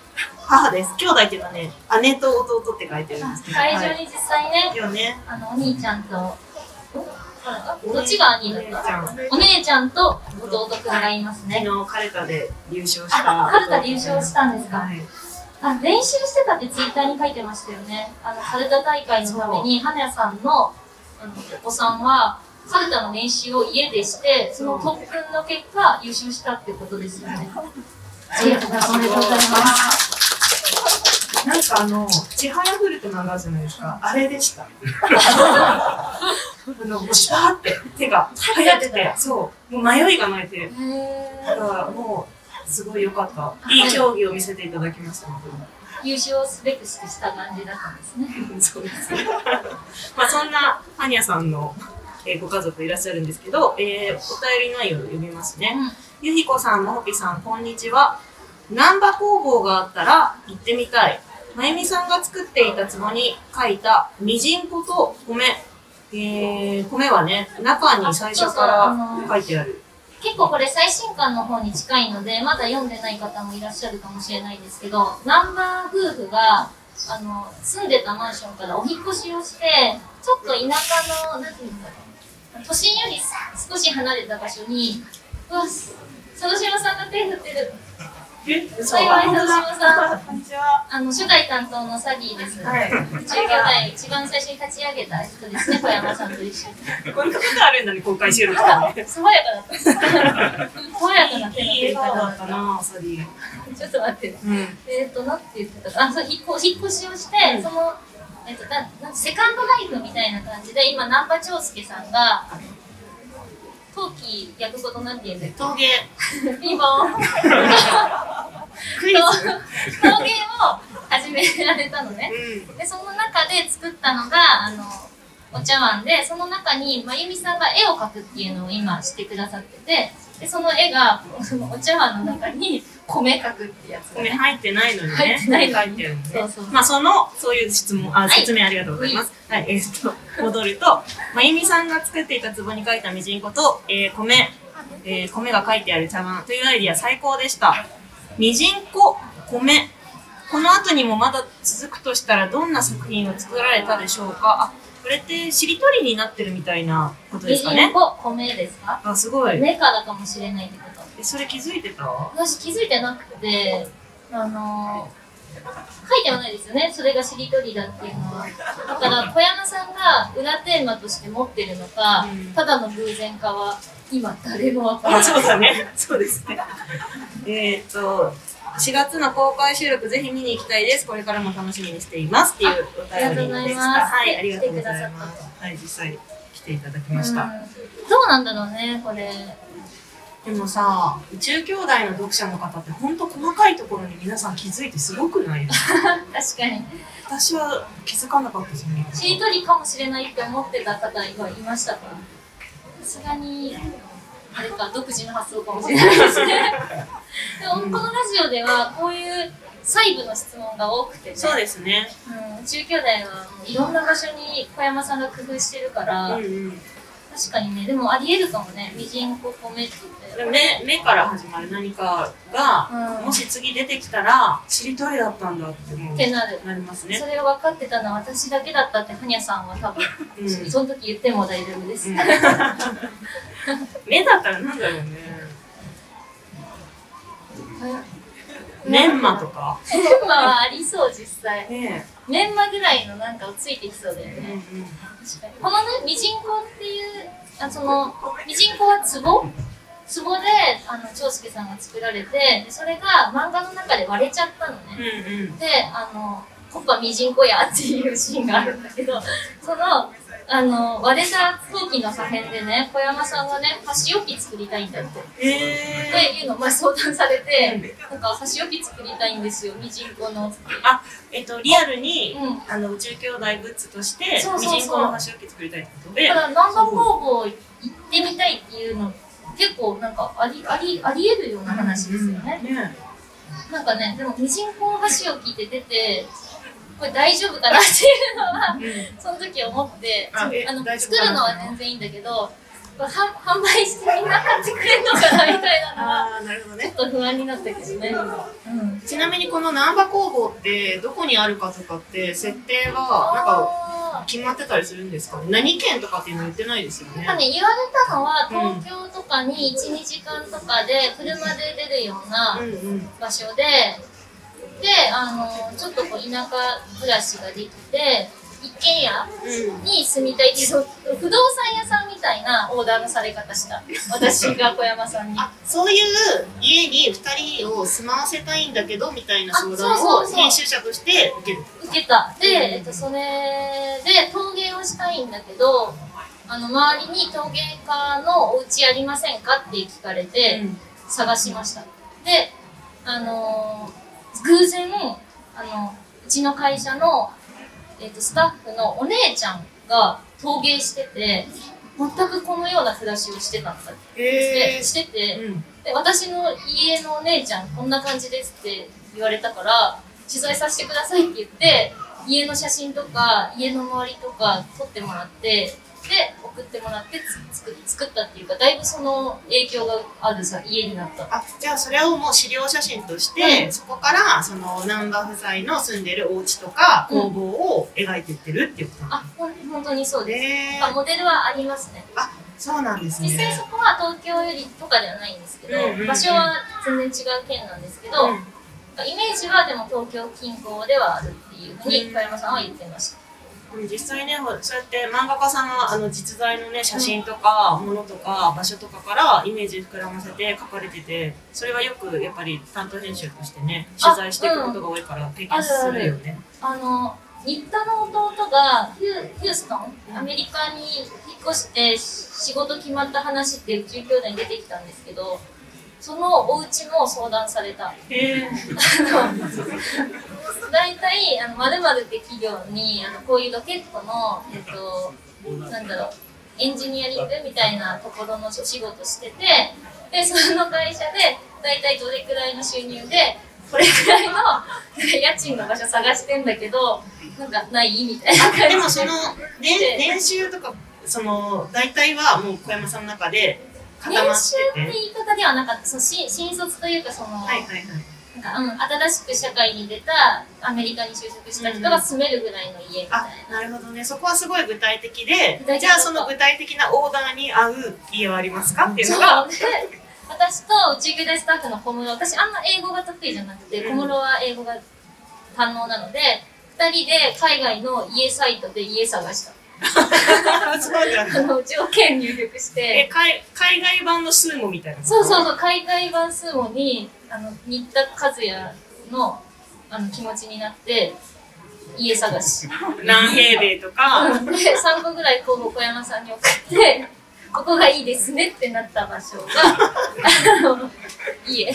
[SPEAKER 1] 母です。兄弟っていうのはね、姉と弟って書いてるんですけど。
[SPEAKER 2] 会場に実際ね、
[SPEAKER 1] はい、よね。
[SPEAKER 2] あのお兄ちゃんとおあどっちが兄だ
[SPEAKER 1] お姉
[SPEAKER 2] っ
[SPEAKER 1] ち
[SPEAKER 2] た
[SPEAKER 1] ゃん。
[SPEAKER 2] お姉ちゃんと弟くんがいますね
[SPEAKER 1] 昨日、カルタで優勝した。
[SPEAKER 2] あカルタで優勝したんですか、
[SPEAKER 1] はい。
[SPEAKER 2] あ練習してたってツイッターに書いてましたよねあのカルタ大会のために花屋さんのあのお子さんはカルタの練習を家でしてその特訓の結果優勝したってことですよねありがとうございますおめでとうございます
[SPEAKER 1] なんかあの、ちはやふるってのがあるじゃないですか。あれで した。あの、もうシュパーって手が速くて、そう、もう迷いがない手。だ
[SPEAKER 2] へ
[SPEAKER 1] からもう、すごい良かった。いい競技を見せていただきました、本
[SPEAKER 2] ー優勝すべくしてした感じだったんですね
[SPEAKER 1] 当に。 そうですね。まあそんな、ハニヤさんの、えーご家族いらっしゃるんですけど、えーお便り内容を読みますね。ゆひこさん、もほぴさん、こんにちは。難波工房があったら行ってみたい。まゆみさんが作っていた壺に書いたみじんこと米。えー、米はね、中に最初から書いてある。
[SPEAKER 2] 結構これ最新刊の方に近いので、まだ読んでない方もいらっしゃるかもしれないですけど、ナンバー夫婦が、あの、住んでたマンションからお引っ越しをして、ちょっと田舎の、なんていうんだろう、都心より少し離れた場所に、うわ、佐渡島さんが手振ってる。
[SPEAKER 1] え、
[SPEAKER 2] そう幸い佐渡島さん。
[SPEAKER 1] こんにちは。
[SPEAKER 2] あの、初代担当のサディです。
[SPEAKER 1] はい。
[SPEAKER 2] 中京代一番最初に立ち上げた人ですね、小山さんと一緒に。
[SPEAKER 1] こんなことあるんだね、公開収録
[SPEAKER 2] あ
[SPEAKER 1] ね。
[SPEAKER 2] 爽やかだった。爽やかな手の
[SPEAKER 1] い
[SPEAKER 2] 振
[SPEAKER 1] い
[SPEAKER 2] り
[SPEAKER 1] 笑
[SPEAKER 2] 方
[SPEAKER 1] 顔
[SPEAKER 2] だ
[SPEAKER 1] だ
[SPEAKER 2] っ
[SPEAKER 1] った
[SPEAKER 2] たな。
[SPEAKER 1] な、サディ。
[SPEAKER 2] ちょっと待って。
[SPEAKER 1] うん。
[SPEAKER 2] えっ、と、なんて言ってたか、あ、そう、引っ越引っ越しをして、その、えっ、と、ななんセカンドライフみたいな感じで、今、難波長介さんが、陶器役ごとなんて言うんだっ
[SPEAKER 1] 陶芸。
[SPEAKER 2] け、ピンポン、
[SPEAKER 1] クイズ。
[SPEAKER 2] 陶芸を始められたのね。
[SPEAKER 1] うん。
[SPEAKER 2] で、その中で作ったのが、あの、お茶碗で、その中に、まゆみさんが絵を描くっていうのを今してくださってて、で、その絵が、そのお茶碗の中に、米描くってやつが
[SPEAKER 1] 米
[SPEAKER 2] ね。
[SPEAKER 1] 入ってないのにね。
[SPEAKER 2] 入ってないのに
[SPEAKER 1] 入ってるのね。
[SPEAKER 2] そうそう
[SPEAKER 1] まあその、そういう質問、あ、
[SPEAKER 2] い
[SPEAKER 1] 説明ありがとうございます。はい、えーっと、戻ると、まゆみさんが作っていた壺に書いたみじんこと、えー米、えー米が書いてある茶碗というアイディア最高でした。みじんこ、米。この後にもまだ続くとしたらどんな作品を作られたでしょうかあ、これってしりとりになってるみたいなことで
[SPEAKER 2] み
[SPEAKER 1] す
[SPEAKER 2] じ
[SPEAKER 1] か
[SPEAKER 2] ん
[SPEAKER 1] ね。
[SPEAKER 2] こ、米ですか
[SPEAKER 1] あ、すごい。
[SPEAKER 2] メーカーだかもしれないってこと
[SPEAKER 1] え、それ気づいてた
[SPEAKER 2] 私気づいてなくてあの書いてはないですよねそれがしりとりだっていうのはだから小山さんが裏テーマとして持ってるのか、
[SPEAKER 1] うん
[SPEAKER 2] ただの偶然かは今誰もわから
[SPEAKER 1] あ、
[SPEAKER 2] ない
[SPEAKER 1] そうだね。 そうですね。えーっと、4月の公開収録ぜひ見に行きたいです。これからも楽しみにしていますっていうお
[SPEAKER 2] ありがと
[SPEAKER 1] 便
[SPEAKER 2] うござ
[SPEAKER 1] りで
[SPEAKER 2] い
[SPEAKER 1] し
[SPEAKER 2] ます
[SPEAKER 1] た。はい、ありがとうござい
[SPEAKER 2] 来て
[SPEAKER 1] ま
[SPEAKER 2] くださ
[SPEAKER 1] す。はい、実際来ていただきました。
[SPEAKER 2] うんどうなんだろうねこれ
[SPEAKER 1] でもさ、宇宙兄弟の読者の方って本当細かいところに皆さん気づいてすごくない ですか
[SPEAKER 2] 確かに
[SPEAKER 1] 私は気づかなかったですね。
[SPEAKER 2] しりとりかもしれないって思ってた方がいましたかさすがにあれか独自の発想かもしれないですねでもこのラジオではこういう細部の質問が多くてね
[SPEAKER 1] そうですね。
[SPEAKER 2] うん、宇宙兄弟はもういろんな場所に小山さんが工夫してるか
[SPEAKER 1] う
[SPEAKER 2] ら、
[SPEAKER 1] んうん。
[SPEAKER 2] 確かにね、でもありえるかもね。ミジンココメって言って。
[SPEAKER 1] 目目から始まる何かが、
[SPEAKER 2] うん。
[SPEAKER 1] も
[SPEAKER 2] っ
[SPEAKER 1] し次出てきたら、しりとりだったんだっても
[SPEAKER 2] てなる。
[SPEAKER 1] う、なりますね
[SPEAKER 2] そ。れを分かってたのは私だけだったって、はにゃさんは多分、
[SPEAKER 1] うんうん
[SPEAKER 2] その時言っても大丈夫です。
[SPEAKER 1] 目だったらなんだろうね。メンマとか。
[SPEAKER 2] メンマはありそう、実際。
[SPEAKER 1] ね
[SPEAKER 2] メンマぐらいのなんかをついてきそうだよ
[SPEAKER 1] え。うん
[SPEAKER 2] ね。
[SPEAKER 1] うん。
[SPEAKER 2] 確かに。このね、ミジンコっていう、あその、ミジンコは壺壺で、あの、長介さんが作られて、でそれが漫画の中で割れちゃったのね。
[SPEAKER 1] うんうん。
[SPEAKER 2] で、あの、コッパミジンコやっていうシーンがあるんだけど、その、あの、割れた陶器の破片でね、小山さんがね、箸置き作りたいんだって。
[SPEAKER 1] え
[SPEAKER 2] っていうのをまあ相談され
[SPEAKER 1] う
[SPEAKER 2] て
[SPEAKER 1] ん、
[SPEAKER 2] なんか箸置き作りたいんですよ、ミジンコの。
[SPEAKER 1] えっと、リアルに、
[SPEAKER 2] うん。
[SPEAKER 1] あの宇宙兄弟グッズとして、
[SPEAKER 2] そうそうそう
[SPEAKER 1] ミジンコの箸置き作りたいってことで
[SPEAKER 2] た、だ、漫画工房行ってみたいっていうの、結構なんかあり、あり、あり得るような話ですよね。
[SPEAKER 1] うんね
[SPEAKER 2] なんかね、でもミジンコの箸置きって出て、これ大丈夫かなっていう のは、
[SPEAKER 1] え
[SPEAKER 2] その時思って、
[SPEAKER 1] あ
[SPEAKER 2] あ
[SPEAKER 1] え
[SPEAKER 2] の
[SPEAKER 1] 大丈
[SPEAKER 2] 作
[SPEAKER 1] 夫かな
[SPEAKER 2] るのは全然いいんだけど、は販売してみんな買ってくれるのかなみたいなのは、
[SPEAKER 1] ああ、なるほど
[SPEAKER 2] ちょ
[SPEAKER 1] ね。
[SPEAKER 2] っと不安になったけどね。うん。
[SPEAKER 1] ちなみにこの難波工房ってどこにあるかとかって設定がなんか
[SPEAKER 2] あ
[SPEAKER 1] 決まってたりするんですかね何県とかっていうの言ってないですよ
[SPEAKER 2] ーなんか
[SPEAKER 1] ね。
[SPEAKER 2] ね、言われたのは、東京とかに1、2時間とかで車で出るような
[SPEAKER 1] うんうん。
[SPEAKER 2] 場所で、で、あの、ちょっとこう田舎暮らしができて、一軒家に住みたいっていうそう不動産屋さんみたいなオーダーのされ方した。私が小山さんに。
[SPEAKER 1] あそういう家に2人を住まわせたいんだけどみたいな相談
[SPEAKER 2] あそうそう
[SPEAKER 1] を
[SPEAKER 2] そう
[SPEAKER 1] 編集者として受ける。
[SPEAKER 2] 受けた。で、
[SPEAKER 1] うん
[SPEAKER 2] えっと、それで陶芸をしたいんだけど、あの、周りに陶芸家のお家ありませんかって聞かれて、探しました。で、あのー偶然、あの、うちの会社の、えっと、スタッフのお姉ちゃんが陶芸してて、全くこのような暮らしをしてたんだっ
[SPEAKER 1] へ
[SPEAKER 2] て、
[SPEAKER 1] え
[SPEAKER 2] してて、
[SPEAKER 1] うん
[SPEAKER 2] で私の家のお姉ちゃんこんな感じですって言われたから取材させてくださいって言って家の写真とか家の周りとか撮ってもらってで送ってもらってつ作作ったっていうかだいぶその影響があるさ家になった
[SPEAKER 1] あじゃあそれをもう資料写真として、
[SPEAKER 2] うん
[SPEAKER 1] そこからその難波夫妻の住んでるお家とか
[SPEAKER 2] うん
[SPEAKER 1] 工房を描いていってるっていうことなん
[SPEAKER 2] あほん本当にそう
[SPEAKER 1] で
[SPEAKER 2] ですす、
[SPEAKER 1] ね
[SPEAKER 2] あモデルはありますね
[SPEAKER 1] そうなんですね
[SPEAKER 2] 実際そこは東京よりとかではないんですけど、
[SPEAKER 1] うんうんうん
[SPEAKER 2] 場所は全然違う県なんですけど、
[SPEAKER 1] うん
[SPEAKER 2] イメージはでも東京近郊ではあるっていうふうに小山さんは言ってました
[SPEAKER 1] うん実際ね、ほそうやって漫画家さんがあの実在のね、写真とか、ものとか、場所とかからイメージ膨らませて書かれてて、それはよくやっぱり担当編集としてね、取材していくことが多いから、経験するよね。
[SPEAKER 2] あの新田の弟がヒュヒューストンアメリカに引っ越して仕事決まった話って宇宙兄弟に出てきたんですけどそのお家も相談された
[SPEAKER 1] へ
[SPEAKER 2] 大体「まるまるって企業にあのこういうロケットの、えっと、なんだろうエンジニアリングみたいなところのお仕事しててでその会社で大体どれくらいの収入でこれくらいのなんか家賃の場所探してんだけどなんかないみたいな感じ
[SPEAKER 1] え。でも その、練練習とか、その、大体はもう小山さんの中で
[SPEAKER 2] 練
[SPEAKER 1] 固まっ
[SPEAKER 2] 習って
[SPEAKER 1] てて。
[SPEAKER 2] 言い方ではなかったその新新卒というかその、
[SPEAKER 1] はいはいはい。
[SPEAKER 2] なんかうん、新しく社会に出たアメリカに就職した人が住めるぐらいの家みたいな
[SPEAKER 1] あ。、なるほどね。そこはすごい具体的で
[SPEAKER 2] 具体的だっ、た
[SPEAKER 1] じゃあその具体的なオーダーに合う家はありますかっていうのが、
[SPEAKER 2] そうで私と宇宙兄弟スタッフの小室私あんま英語が得意じゃなくて
[SPEAKER 1] う
[SPEAKER 2] 小
[SPEAKER 1] ん
[SPEAKER 2] 室は英語が堪能なので2人で海外の家サイトで家探した
[SPEAKER 1] すごい具体的
[SPEAKER 2] あの条件入力し
[SPEAKER 1] え
[SPEAKER 2] て
[SPEAKER 1] 海海外版のスーモみたいな
[SPEAKER 2] そうそう
[SPEAKER 1] う
[SPEAKER 2] そう海外版スーモにあの新田和也のあの気持ちになって家探しで
[SPEAKER 1] 何平米とか
[SPEAKER 2] 3個ぐらい候補小山さんに送ってここがいいですねってなった場所があの家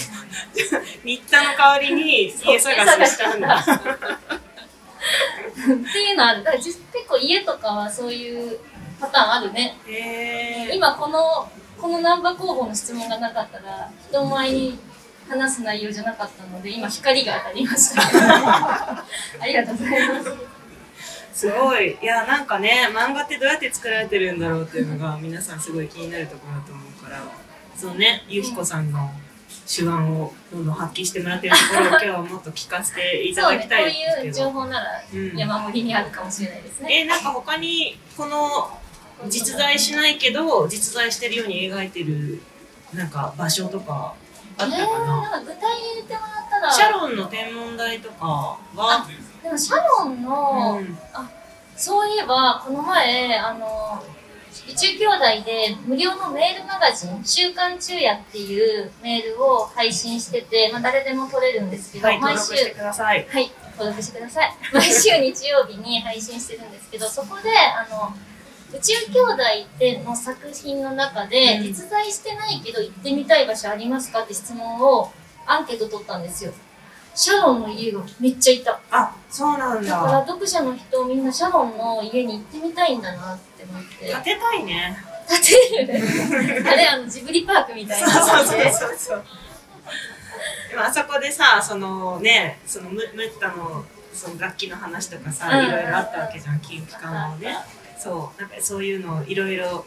[SPEAKER 1] 新田の代わりに
[SPEAKER 2] そう
[SPEAKER 1] 家探ししたんだ
[SPEAKER 2] っていうのある。だから実結構家とかはそういうパターンあるね。
[SPEAKER 1] へえ
[SPEAKER 2] 今この、この難波工房の質問がなかったら、人前に話す内容じゃな かったので、今光が当たりました。ありがとうございます。
[SPEAKER 1] すごい。いや、なんかね、漫画ってどうやって作られてるんだろうっていうのが、皆さんすごい気になるところだと思うから、そうね、ゆきこさんの手腕をどんどん発揮してもらってるところを今日はもっと聞かせていた
[SPEAKER 2] そう
[SPEAKER 1] だ
[SPEAKER 2] ね、
[SPEAKER 1] き
[SPEAKER 2] こ
[SPEAKER 1] たいう
[SPEAKER 2] い
[SPEAKER 1] で
[SPEAKER 2] う
[SPEAKER 1] すけ
[SPEAKER 2] 情
[SPEAKER 1] ど。
[SPEAKER 2] 報なら
[SPEAKER 1] うん
[SPEAKER 2] 山盛りにあるかもしれないですね。
[SPEAKER 1] え、なんか他に、この実在しないけど、実在してるように描いてる、なんか場所とかあったか
[SPEAKER 2] えー
[SPEAKER 1] な、
[SPEAKER 2] なんか具体言ってもらったら、
[SPEAKER 1] シャロンの天文台とかは、
[SPEAKER 2] でもシャロンの、
[SPEAKER 1] うん
[SPEAKER 2] そういえばこの前あの宇宙兄弟で無料のメールマガジン「週刊昼夜」っていうメールを配信してて、まあ、誰でも取れるんですけど、
[SPEAKER 1] はい、登
[SPEAKER 2] 毎
[SPEAKER 1] 録
[SPEAKER 2] 週
[SPEAKER 1] してください。
[SPEAKER 2] はい、登録してください。 毎週日曜日に配信してるんですけど、そこで、あの、宇宙兄弟っての作品の中で、
[SPEAKER 1] うん
[SPEAKER 2] 実在してないけど行ってみたい場所ありますかって質問をアンケート取ったんですよ。シャロンの家がめっちゃいた。
[SPEAKER 1] あ、そうなん
[SPEAKER 2] だから
[SPEAKER 1] だ。
[SPEAKER 2] 読者の人みんなシャロンの家に行ってみたいんだなって思 って。
[SPEAKER 1] 建てたいね。
[SPEAKER 2] 建てるあれ、あの、ジブリパークみたいな。
[SPEAKER 1] そうそうそうそう。でもあそこでさ、そのね、そのムムッタのその楽器の話とかさ、
[SPEAKER 2] うん
[SPEAKER 1] いろいろあったわけじゃん、金機関をね。そう、なんかそういうのをいろいろ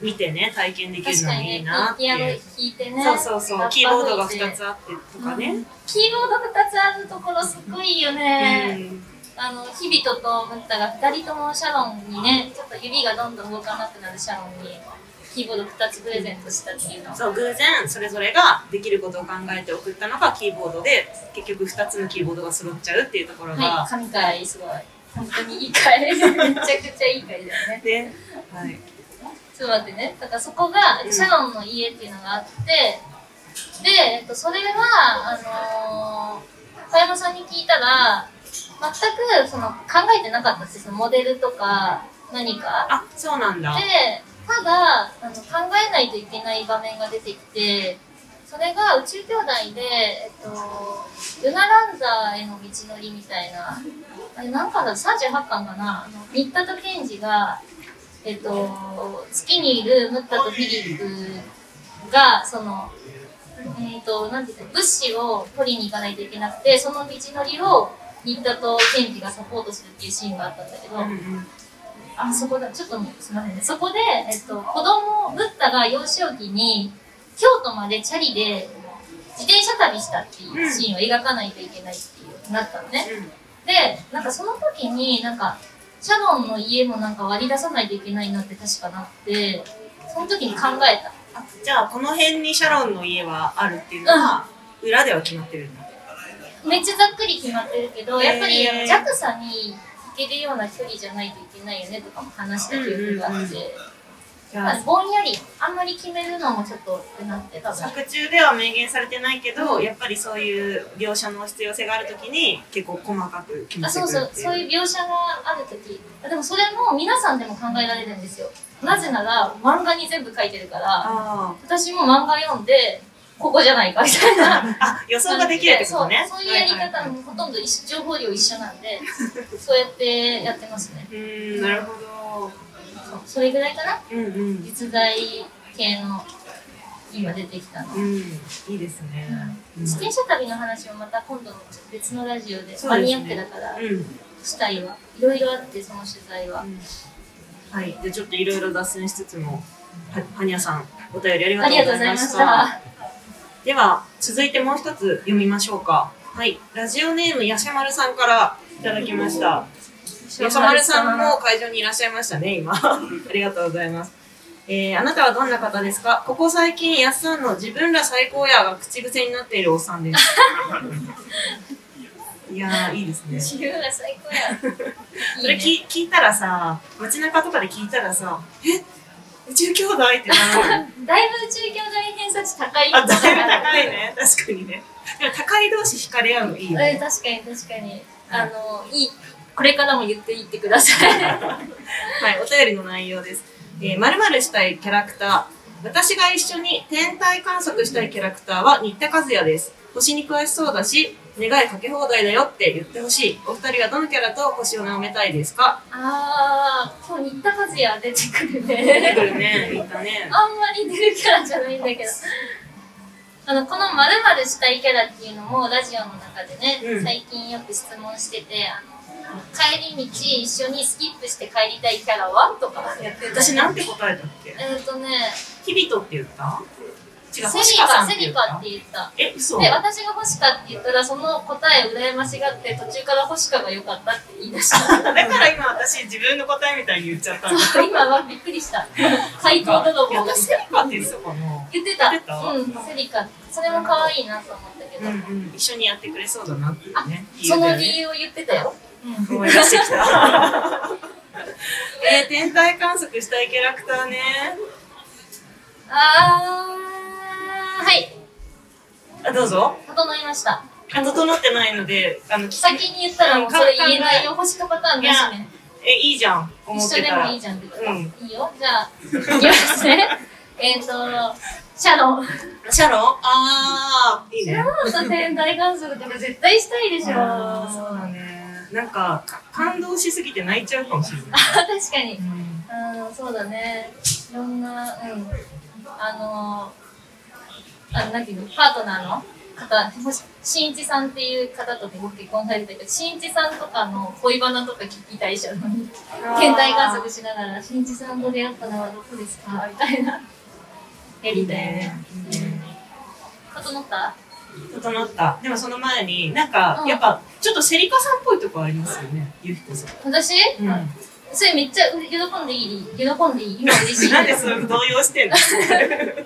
[SPEAKER 1] 見てね、体験できる
[SPEAKER 2] 確
[SPEAKER 1] の
[SPEAKER 2] かに
[SPEAKER 1] もいい
[SPEAKER 2] ね、
[SPEAKER 1] なって
[SPEAKER 2] ピアノ
[SPEAKER 1] い
[SPEAKER 2] 弾
[SPEAKER 1] う。
[SPEAKER 2] いてね。
[SPEAKER 1] そうそうそ
[SPEAKER 2] ラ
[SPEAKER 1] う、
[SPEAKER 2] ッ
[SPEAKER 1] キー
[SPEAKER 2] パ
[SPEAKER 1] ボー
[SPEAKER 2] 吹い
[SPEAKER 1] ドが
[SPEAKER 2] て
[SPEAKER 1] 2つあってとかね。
[SPEAKER 2] キーボード2つあるところすごいよね、
[SPEAKER 1] うん
[SPEAKER 2] あの日比ととムッタが2人ともシャロンにねちょっと指がどんどん動かなくなるシャロンにキーボード2つプレゼントしたっていうの
[SPEAKER 1] そう偶然それぞれができることを考えて送ったのがキーボードで結局2つのキーボードが揃っちゃうっていうところが、
[SPEAKER 2] はい神回すごい本当にいい回めちゃくちゃいい回だよね
[SPEAKER 1] ねはい、
[SPEAKER 2] ちょっと待ってねだからそこが
[SPEAKER 1] うん
[SPEAKER 2] シャロンの家っていうのがあってで、えっと、それはあのー、小山さんに聞いたら全くその考えてなかったんですよそのモデルとか何か
[SPEAKER 1] あそうなんだ
[SPEAKER 2] でただあの考えないといけない場面が出てきてそれが宇宙兄弟で、えっと、ルナランザへの道のりみたいなあれ何巻だ38巻かなあの新田とケンジが、えっと、月にいるムッタとフィリップがその。うんとなんていうの物資を取りに行かないといけなくてその道のりを新田とケンジがサポートするっていうシーンがあったんだけど、
[SPEAKER 1] うんうん
[SPEAKER 2] あそこだちょっとすみませんねそこで、えっと、子供ブッダが幼少期に京都までチャリで自転車旅したっていうシーンを描かないといけないっていうなったのね
[SPEAKER 1] うん
[SPEAKER 2] でなんかその時になんかシャロンの家もなんか割り出さないといけないなって確かなってその時に考えた
[SPEAKER 1] あじゃあこの辺にシャロンの家はあるっていうのは裏では決まってるんだ、
[SPEAKER 2] めっちゃざっくり決まってるけどやっぱり
[SPEAKER 1] へー
[SPEAKER 2] JAXA に行けるような距離じゃないといけないよねとかも話した記憶があって、
[SPEAKER 1] うんうんじ
[SPEAKER 2] ま
[SPEAKER 1] ゃ
[SPEAKER 2] あぼんやりあんまり決めるのもちょっとってなって多
[SPEAKER 1] あ
[SPEAKER 2] 分
[SPEAKER 1] 作中では明言されてないけどやっぱりそういう描写の必要性があるときに結構細かく決ま
[SPEAKER 2] あ
[SPEAKER 1] って
[SPEAKER 2] そ
[SPEAKER 1] くる
[SPEAKER 2] う
[SPEAKER 1] ってい
[SPEAKER 2] そううそういう描写がある時あでもそれも皆さんでも考えられるんですよなぜなら漫画に全部書いてるから
[SPEAKER 1] あ
[SPEAKER 2] 私も漫画読んでここじゃないかみたいな
[SPEAKER 1] ーあ予想ができるってことね
[SPEAKER 2] そうそういうやり
[SPEAKER 1] はいは
[SPEAKER 2] 方
[SPEAKER 1] いはい
[SPEAKER 2] もほとんど一緒情報量一緒なんでそうやってやってますね
[SPEAKER 1] うーんなるほ
[SPEAKER 2] そうそれぐらいかな
[SPEAKER 1] どうんうん
[SPEAKER 2] 実在系の今出てきたの、
[SPEAKER 1] うんいいですね、うん
[SPEAKER 2] 自転車旅の話をまた今度の別のラジオ
[SPEAKER 1] そ
[SPEAKER 2] で
[SPEAKER 1] うですね
[SPEAKER 2] マニアックだから
[SPEAKER 1] うん
[SPEAKER 2] したいわいろいろあってその取材は
[SPEAKER 1] はい、じゃあちょっといろいろ脱線しつつも、ははにゃさん、お便りありが
[SPEAKER 2] あ
[SPEAKER 1] とう
[SPEAKER 2] りが
[SPEAKER 1] ご
[SPEAKER 2] とう
[SPEAKER 1] ざいま
[SPEAKER 2] ございま
[SPEAKER 1] し。
[SPEAKER 2] したた
[SPEAKER 1] では、続いてもう一つ読みましょうか。はい、ラジオネームやしゃまるさんからいただきました。やしゃまるさんも会場にいらっしゃいましたね、今。 ありがとうございます。えーあなたはどんな方ですかここ最近、やっさんの自分ら最高やが口癖になっているおっさん です。いやー、いいですね。
[SPEAKER 2] 自由が最高や。
[SPEAKER 1] そ れ聞聞いたらさ街中とかで聞いたらさ「え宇宙兄弟?」ってなる
[SPEAKER 2] だいぶ宇宙兄弟偏差値高い。
[SPEAKER 1] あだいぶ高い。ね確かにねでも高い同士惹かれ合うのいいよ
[SPEAKER 2] うん、
[SPEAKER 1] ね
[SPEAKER 2] 確かに確かに。あの、いい。これからも言っていってくださ い。
[SPEAKER 1] はいお便りの内容です「えー、〇〇したいキャラクター私が一緒に天体観測したいキャラクターは新田和也です星に詳しそうだし願いかけ放題だよって言ってほしいお二人はどのキャラと星を眺めたいですか?
[SPEAKER 2] あー、今日新田和也出てくる」
[SPEAKER 1] 出てく
[SPEAKER 2] ね。
[SPEAKER 1] るね新田ね
[SPEAKER 2] あんまり出るキャラじゃないんだけど。あの、このまるしたいキャラっていうのも、ラジオの中でね、
[SPEAKER 1] うん
[SPEAKER 2] 最近よく質問してて、あの、帰り道一緒にスキップして帰りたいキャラはとかやってた
[SPEAKER 1] 私なんて答えたっけ
[SPEAKER 2] えっ、とね
[SPEAKER 1] 日々とって言った違
[SPEAKER 2] セ
[SPEAKER 1] う、
[SPEAKER 2] リ
[SPEAKER 1] 星川さ
[SPEAKER 2] カ
[SPEAKER 1] んって
[SPEAKER 2] セ
[SPEAKER 1] 言
[SPEAKER 2] リ
[SPEAKER 1] っ
[SPEAKER 2] カ
[SPEAKER 1] た
[SPEAKER 2] って言った
[SPEAKER 1] え、嘘
[SPEAKER 2] で私が星香って言ったらその答え羨ましがって途中から星香が良かったって言い出した
[SPEAKER 1] だから今私自分の答えみたいに言っちゃったんだ
[SPEAKER 2] そう今はびっくりした回答泥棒が
[SPEAKER 1] 私セリカって言ってたかな
[SPEAKER 2] 言ってた
[SPEAKER 1] 言ってた
[SPEAKER 2] うんセリカそれも可愛いなと思ったけど、
[SPEAKER 1] うんうん、一緒にやってくれそうだなっていうね
[SPEAKER 2] その理
[SPEAKER 1] 由
[SPEAKER 2] 由を言ってたよ、うん
[SPEAKER 1] 思い出してきた えー、天体観測したいキャラクターね
[SPEAKER 2] あーはい
[SPEAKER 1] あ、どうぞ
[SPEAKER 2] 整いました
[SPEAKER 1] あ整ってないので、あの、聞き
[SPEAKER 2] 先に言ったらもうそれ言えないよ星香パターンだしね
[SPEAKER 1] え、いいじゃん、思っ
[SPEAKER 2] 一緒
[SPEAKER 1] て
[SPEAKER 2] で
[SPEAKER 1] た
[SPEAKER 2] も
[SPEAKER 1] ら。
[SPEAKER 2] いいじゃんって言ってた、
[SPEAKER 1] うん
[SPEAKER 2] いいよじゃあいきますね えっとシャロン
[SPEAKER 1] シャロンあー、いいね。
[SPEAKER 2] そうそう天体観測とか絶対したいでしょ。
[SPEAKER 1] あーそうだね。なんか、か感動しすぎて泣いちゃうかもしれない。
[SPEAKER 2] 確かに
[SPEAKER 1] う。ん
[SPEAKER 2] うん、そうだね。いろんな、うん。あの、あなんていうの、パートナーの方、もし、新一さんっていう方とご結婚されてたけど、新一さんとかの恋バナとか聞きたいじゃん。天体観測しながら、新一さんと出会ったのはどこですかみたいな。やりたいね。。
[SPEAKER 1] いいね
[SPEAKER 2] 整った
[SPEAKER 1] 整った。でもその前に、なんか、
[SPEAKER 2] うん
[SPEAKER 1] やっぱ、ちょっとセリカさんっぽいとこありますよね、ゆひこさん。
[SPEAKER 2] 私、それめっちゃ喜んでいい喜んでいい今嬉しい。
[SPEAKER 1] なんでそれ動揺してんの
[SPEAKER 2] どっ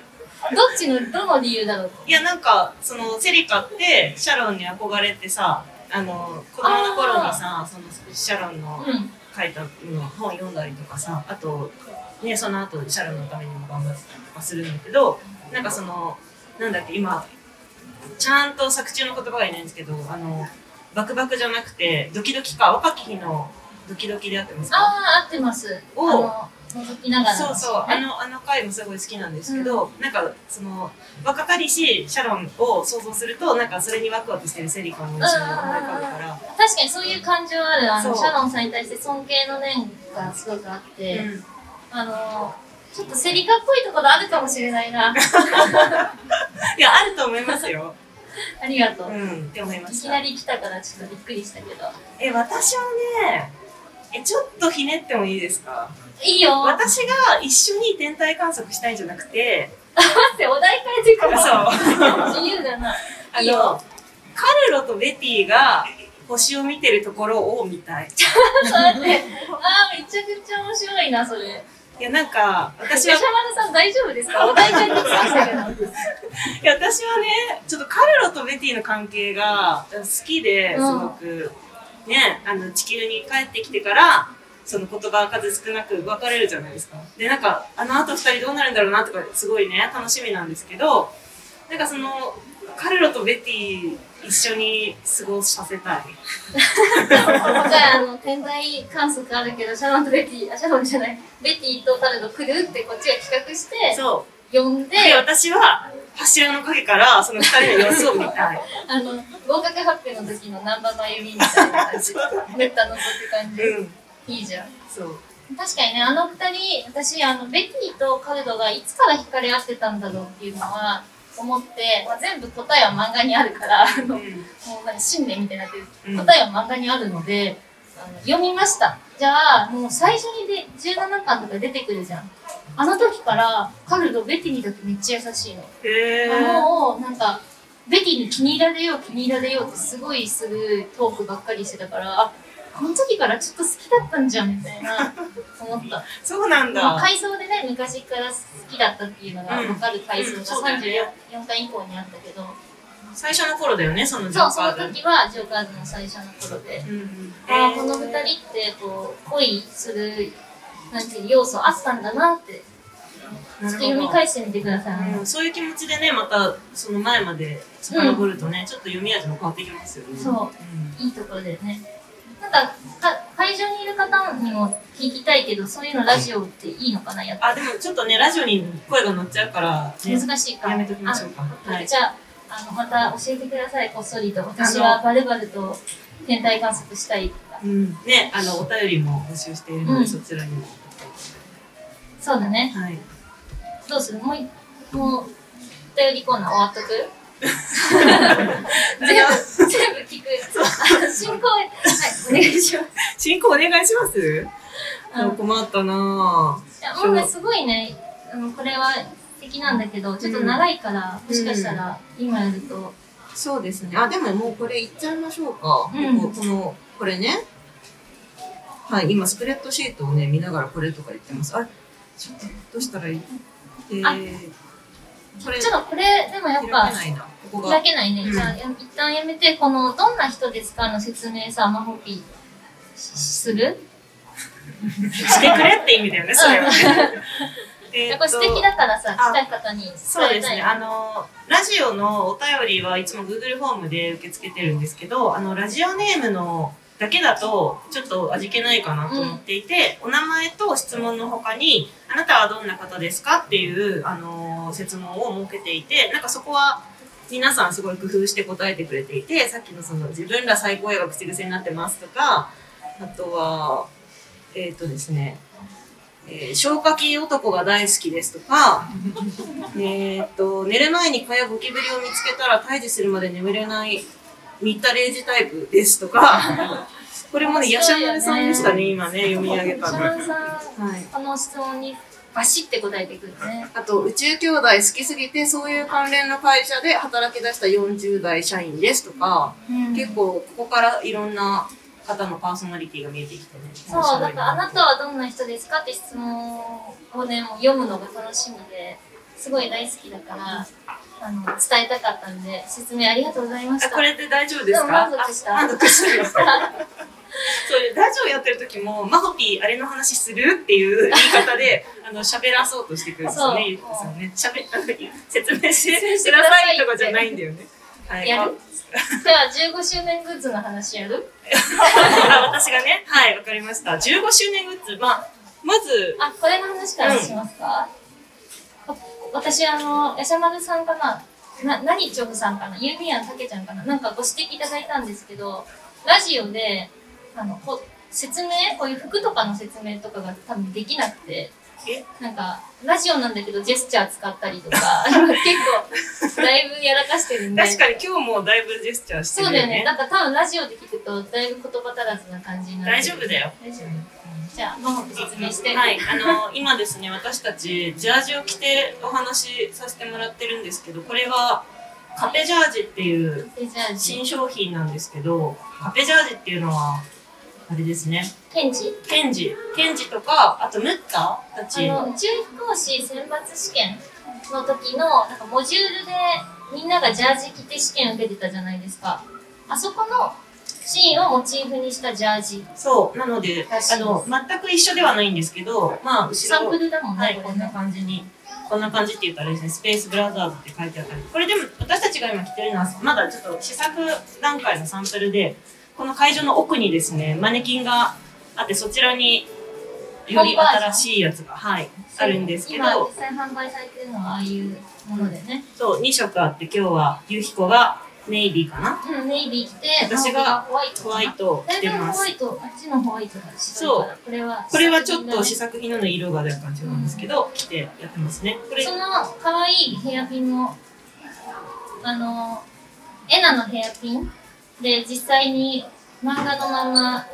[SPEAKER 2] ちの、どの理由だろう
[SPEAKER 1] いや、なんか、その、セリカって、シャロンに憧れてさ、あの、子供の頃にさ、その、シャロンの、
[SPEAKER 2] うん。
[SPEAKER 1] 書いたの本読んだりとかさあと、ね、その後シャロンのためにも頑張ってたりとかするんだけどなんかそのなんだっけ今ちゃんと作中の言葉がいないんですけどあのバクバクじゃなくてドキドキか若き日のドキドキであってますか
[SPEAKER 2] ああ、合ってます。
[SPEAKER 1] お
[SPEAKER 2] あの、覗きながら。
[SPEAKER 1] そうそうあのあの回もすごい好きなんですけど、なんかその若かりしシャロンを想像するとなんかそれにワクワクしてるセリカの一緒に思い浮かぶから、
[SPEAKER 2] 確かにそういう感情はある。あの、
[SPEAKER 1] そう
[SPEAKER 2] シャロンさんに対して尊敬の念がすごくあって、
[SPEAKER 1] うん
[SPEAKER 2] あの、ちょっとセリカっぽいところあるかもしれない な。
[SPEAKER 1] いやあると思いますよ、
[SPEAKER 2] ありがと
[SPEAKER 1] う
[SPEAKER 2] う。
[SPEAKER 1] ん、って思いま
[SPEAKER 2] い
[SPEAKER 1] し
[SPEAKER 2] き
[SPEAKER 1] た。
[SPEAKER 2] なり来たからちょっとびっくりしたけど。
[SPEAKER 1] え私はねえちょっとひねってもいいですか
[SPEAKER 2] いいよ待
[SPEAKER 1] 私が一緒に天体観測したいんじゃなくて
[SPEAKER 2] って、お題変えていく
[SPEAKER 1] そう
[SPEAKER 2] わ
[SPEAKER 1] あ
[SPEAKER 2] 自由だな。いい
[SPEAKER 1] の
[SPEAKER 2] よ。
[SPEAKER 1] カルロとベティが星を見てるところを見たい
[SPEAKER 2] 待って。ああ、めちゃくちゃ面白いな、それ。
[SPEAKER 1] いやなんか私
[SPEAKER 2] 吉
[SPEAKER 1] は
[SPEAKER 2] 田
[SPEAKER 1] い
[SPEAKER 2] 丸さん大丈夫ですかお題変えてきましたけど。
[SPEAKER 1] や私はねちょっとカルロとベティの関係が好きで
[SPEAKER 2] う
[SPEAKER 1] す
[SPEAKER 2] ん
[SPEAKER 1] ごく、ねあの地球に帰ってきてからその言葉数少なく別れるじゃないですかでなんかあのあと2人どうなるんだろうなとかすごいね楽しみなんですけどなんかそのカルロとベティ一緒に過ごさせたい
[SPEAKER 2] じゃあ、あの、天体観測あるけど、シャロンとベティ、あ、シャロンじゃない、ベティとタルが来るってこっちが企画して、
[SPEAKER 1] そう
[SPEAKER 2] 呼んで、
[SPEAKER 1] で私は柱の陰からその2人の様子を見たい
[SPEAKER 2] あの、合格発表の時の南波真由美みたいな感じで、めったのぞって感じ。
[SPEAKER 1] うん
[SPEAKER 2] いいじゃん。
[SPEAKER 1] そう
[SPEAKER 2] 確かにね、あの二人、私、あの、ベティとカルドがいつから惹かれ合ってたんだろうっていうのは、思って、まあ、全部答えは漫画にあるから、あの、もうなんか信念みたいになってる
[SPEAKER 1] うん
[SPEAKER 2] 答えは漫画にあるので、あの読みましたじゃあもう最初にで17巻とか出てくるじゃんあの時からカルドベティにだってめっちゃ優しいの、
[SPEAKER 1] へー
[SPEAKER 2] もうなんかベティに気に入られよう気に入られようってすごいするトークばっかりしてたからあこの時からちょっと好きだったんじゃんみた いな思った
[SPEAKER 1] そうなん
[SPEAKER 2] まあ
[SPEAKER 1] だ
[SPEAKER 2] 回想でね昔から好きだったっていうのが分かる回想
[SPEAKER 1] うんうんそう
[SPEAKER 2] が
[SPEAKER 1] だよね
[SPEAKER 2] 34巻以降にあったけど、
[SPEAKER 1] 最初の頃だよねそのジョ
[SPEAKER 2] そう
[SPEAKER 1] ーカー
[SPEAKER 2] その
[SPEAKER 1] が
[SPEAKER 2] 時はジョーカーズの最初の頃で
[SPEAKER 1] うん
[SPEAKER 2] あーこの二人ってこう恋するなんていう要素あったんだなってちょっと読み返してみてください、
[SPEAKER 1] うん、そういう気持ちでねまたその前まで遡るとね、ちょっと読み味も変わってきますよね
[SPEAKER 2] そいいところだよねなんかか会場にいる方にも聞きたいけどそういうのラジオっていいのかなやっぱ
[SPEAKER 1] あでもちょっとねラジオに声が乗っちゃうから、ね、
[SPEAKER 2] 難しいか
[SPEAKER 1] やめときましょうか
[SPEAKER 2] あ
[SPEAKER 1] はい
[SPEAKER 2] じゃああのまた教えてくださいこっそりと私はバルバルと天体観測したいとか
[SPEAKER 1] うん、ねあのお便りも募集しているので、
[SPEAKER 2] うん
[SPEAKER 1] そちらにも
[SPEAKER 2] そうだね
[SPEAKER 1] はい
[SPEAKER 2] どうするもういもうお便りコーナー終わっとく全部、全部聞く。あ進行、はい、お願いします。
[SPEAKER 1] 進行お願いします
[SPEAKER 2] あの
[SPEAKER 1] 困ったなぁ。
[SPEAKER 2] いや、もうね、すごいね、あの、これは素敵なんだけど、ちょっと長いから、もしかしたら、今やると、
[SPEAKER 3] そうですね。あ、でももうこれいっちゃいましょうか。
[SPEAKER 2] うん
[SPEAKER 3] こここの、これね。はい、今スプレッドシートをね、見ながらこれとか言ってます。あれちょっと、どうしたらいいえ
[SPEAKER 2] あ
[SPEAKER 3] ー、これ、
[SPEAKER 2] ちょっとこれ、でもやっ
[SPEAKER 3] 開け
[SPEAKER 2] ぱ、
[SPEAKER 3] ないな。ここ
[SPEAKER 2] 開
[SPEAKER 3] が。
[SPEAKER 2] けないね。
[SPEAKER 3] うん
[SPEAKER 2] じゃあ、や一旦やめて、この、どんな人ですかの説明さ、マホピーしする
[SPEAKER 1] してくれって意味だよね、それはね。 え
[SPEAKER 2] や
[SPEAKER 1] ー
[SPEAKER 2] っ
[SPEAKER 1] っ
[SPEAKER 2] ぱ
[SPEAKER 1] と
[SPEAKER 2] 素敵だからさ、
[SPEAKER 1] あ
[SPEAKER 2] 来た方に伝えたい。
[SPEAKER 1] そうですね。あの、ラジオのお便りはいつも Google フォームで受け付けてるんですけど、あの、ラジオネームのだけだと、ちょっと味気ないかなと思っていて、お名前と質問の他に、あなたはどんな方ですかっていう、あの、質問を設けていて、なんかそこは、皆さんすごい工夫して答えてくれていて、さっきのその自分ら最高映が口癖になってますとか、あとは、えっ、とですね、えー消火器男が大好きですと か、えーっと、寝る前に蚊やゴキブリを見つけたら退治するまで眠れない新田レイジタイプですと か、これもね、ヤシャマルさんでしたね、今ね、読み上げた
[SPEAKER 2] シ
[SPEAKER 1] の。
[SPEAKER 2] ャ
[SPEAKER 1] は
[SPEAKER 2] ランさん、
[SPEAKER 3] い。
[SPEAKER 2] この質問にバシッて答えてくるね。
[SPEAKER 3] あと、宇宙兄弟好きすぎて、そういう関連の会社で働き出した40代社員ですとか、
[SPEAKER 2] うん
[SPEAKER 3] 結構、ここからいろんな方のパーソナリティが見えてきてね。
[SPEAKER 2] そう、だからあなたはどんな人ですかって質問をね、もう読むのが楽しみで、すごい大好きだから、あの、伝えたかったんで、説明ありがとうございまし
[SPEAKER 1] あ
[SPEAKER 2] た。
[SPEAKER 1] これで大丈夫ですか
[SPEAKER 2] うん満足した
[SPEAKER 1] あ満足した そうラジオやってる時も「マホピーあれの話する?」っていう言い方 であの喋らそうとしてくるんですよ
[SPEAKER 2] そう
[SPEAKER 1] ねゆうこさんね喋った時説明してくださいとかじゃないんだよねはい
[SPEAKER 2] や
[SPEAKER 1] あ
[SPEAKER 2] るじゃあ、15周年グッズの話やる
[SPEAKER 1] あ私がねはいわかりました15周年グッズまあまず
[SPEAKER 2] あ、これの話からしますか、あ私、あの、やしゃまるさんかなな、何ちょぶさんかなゆみやんたけちゃんかななんかご指摘いただいたんですけど、ラジオで、あの、こ説明こういう服とかの説明とかが多分できなくて、
[SPEAKER 1] え
[SPEAKER 2] なんか、ラジオなんだけどジェスチャー使ったりとか、 今結構、だいぶやらかしてるんで。
[SPEAKER 1] 確かに今日もだいぶジェスチャーして
[SPEAKER 2] そう
[SPEAKER 1] る
[SPEAKER 2] だ
[SPEAKER 1] よ
[SPEAKER 2] よね。
[SPEAKER 1] ね
[SPEAKER 2] なんか多分ラジオで聞くと、だいぶ言葉足らずな感じになる
[SPEAKER 1] 大丈夫だよ
[SPEAKER 2] 大丈夫。じゃあ、マホ説明して。
[SPEAKER 1] はい、あの今ですね私たちジャージを着てお話しさせてもらってるんですけどこれはカペジャージっていう
[SPEAKER 2] でじゃあ、
[SPEAKER 1] 新商品なんですけどカペジャージっていうのはあれですね
[SPEAKER 2] ケンチ
[SPEAKER 1] ケンジケンジとかあとムッタた
[SPEAKER 2] あ
[SPEAKER 1] ち
[SPEAKER 2] の宇宙飛行士選抜試験の時のなんかモジュールでみんながジャージ着て試験受けてたじゃないですかあそこのシーンをモチーフにしたジャージ
[SPEAKER 1] そうなので
[SPEAKER 2] らしいです
[SPEAKER 1] あの全く一緒ではないんですけどまあ後
[SPEAKER 2] サン
[SPEAKER 1] ろ
[SPEAKER 2] プルだもんね、
[SPEAKER 1] はい、
[SPEAKER 2] こ
[SPEAKER 1] こ
[SPEAKER 2] れ
[SPEAKER 1] んな
[SPEAKER 2] ね
[SPEAKER 1] 感じに。こんな感じって言ったらあれですね、スペースブラザーズって書いてあったり、これでも私たちが今着てるのは、まだちょっと試作段階のサンプルで、この会場の奥にですね、マネキンがあって、そちらにより新しいやつが、はい、あるんですけ
[SPEAKER 2] 今
[SPEAKER 1] ど
[SPEAKER 2] 実、際販売されてるのはああいうものでね、
[SPEAKER 1] そう、2色あって、今日はゆうひこがネイビーかな
[SPEAKER 2] うん、ネイビー着て
[SPEAKER 1] 私が
[SPEAKER 2] 青ホワイト
[SPEAKER 1] ホワイトを
[SPEAKER 2] だ
[SPEAKER 1] 着
[SPEAKER 2] いぶ
[SPEAKER 1] てま
[SPEAKER 2] ホワ
[SPEAKER 1] す。
[SPEAKER 2] イトあっちのホワイトだし
[SPEAKER 1] そう
[SPEAKER 2] これは
[SPEAKER 1] これはちょっと試
[SPEAKER 2] そ
[SPEAKER 1] 作品なので色が出る感じなんですけど、着てやってますね。これ、
[SPEAKER 2] の可愛いヘアピンもあのエナのヘアピンで実際に漫画のまんま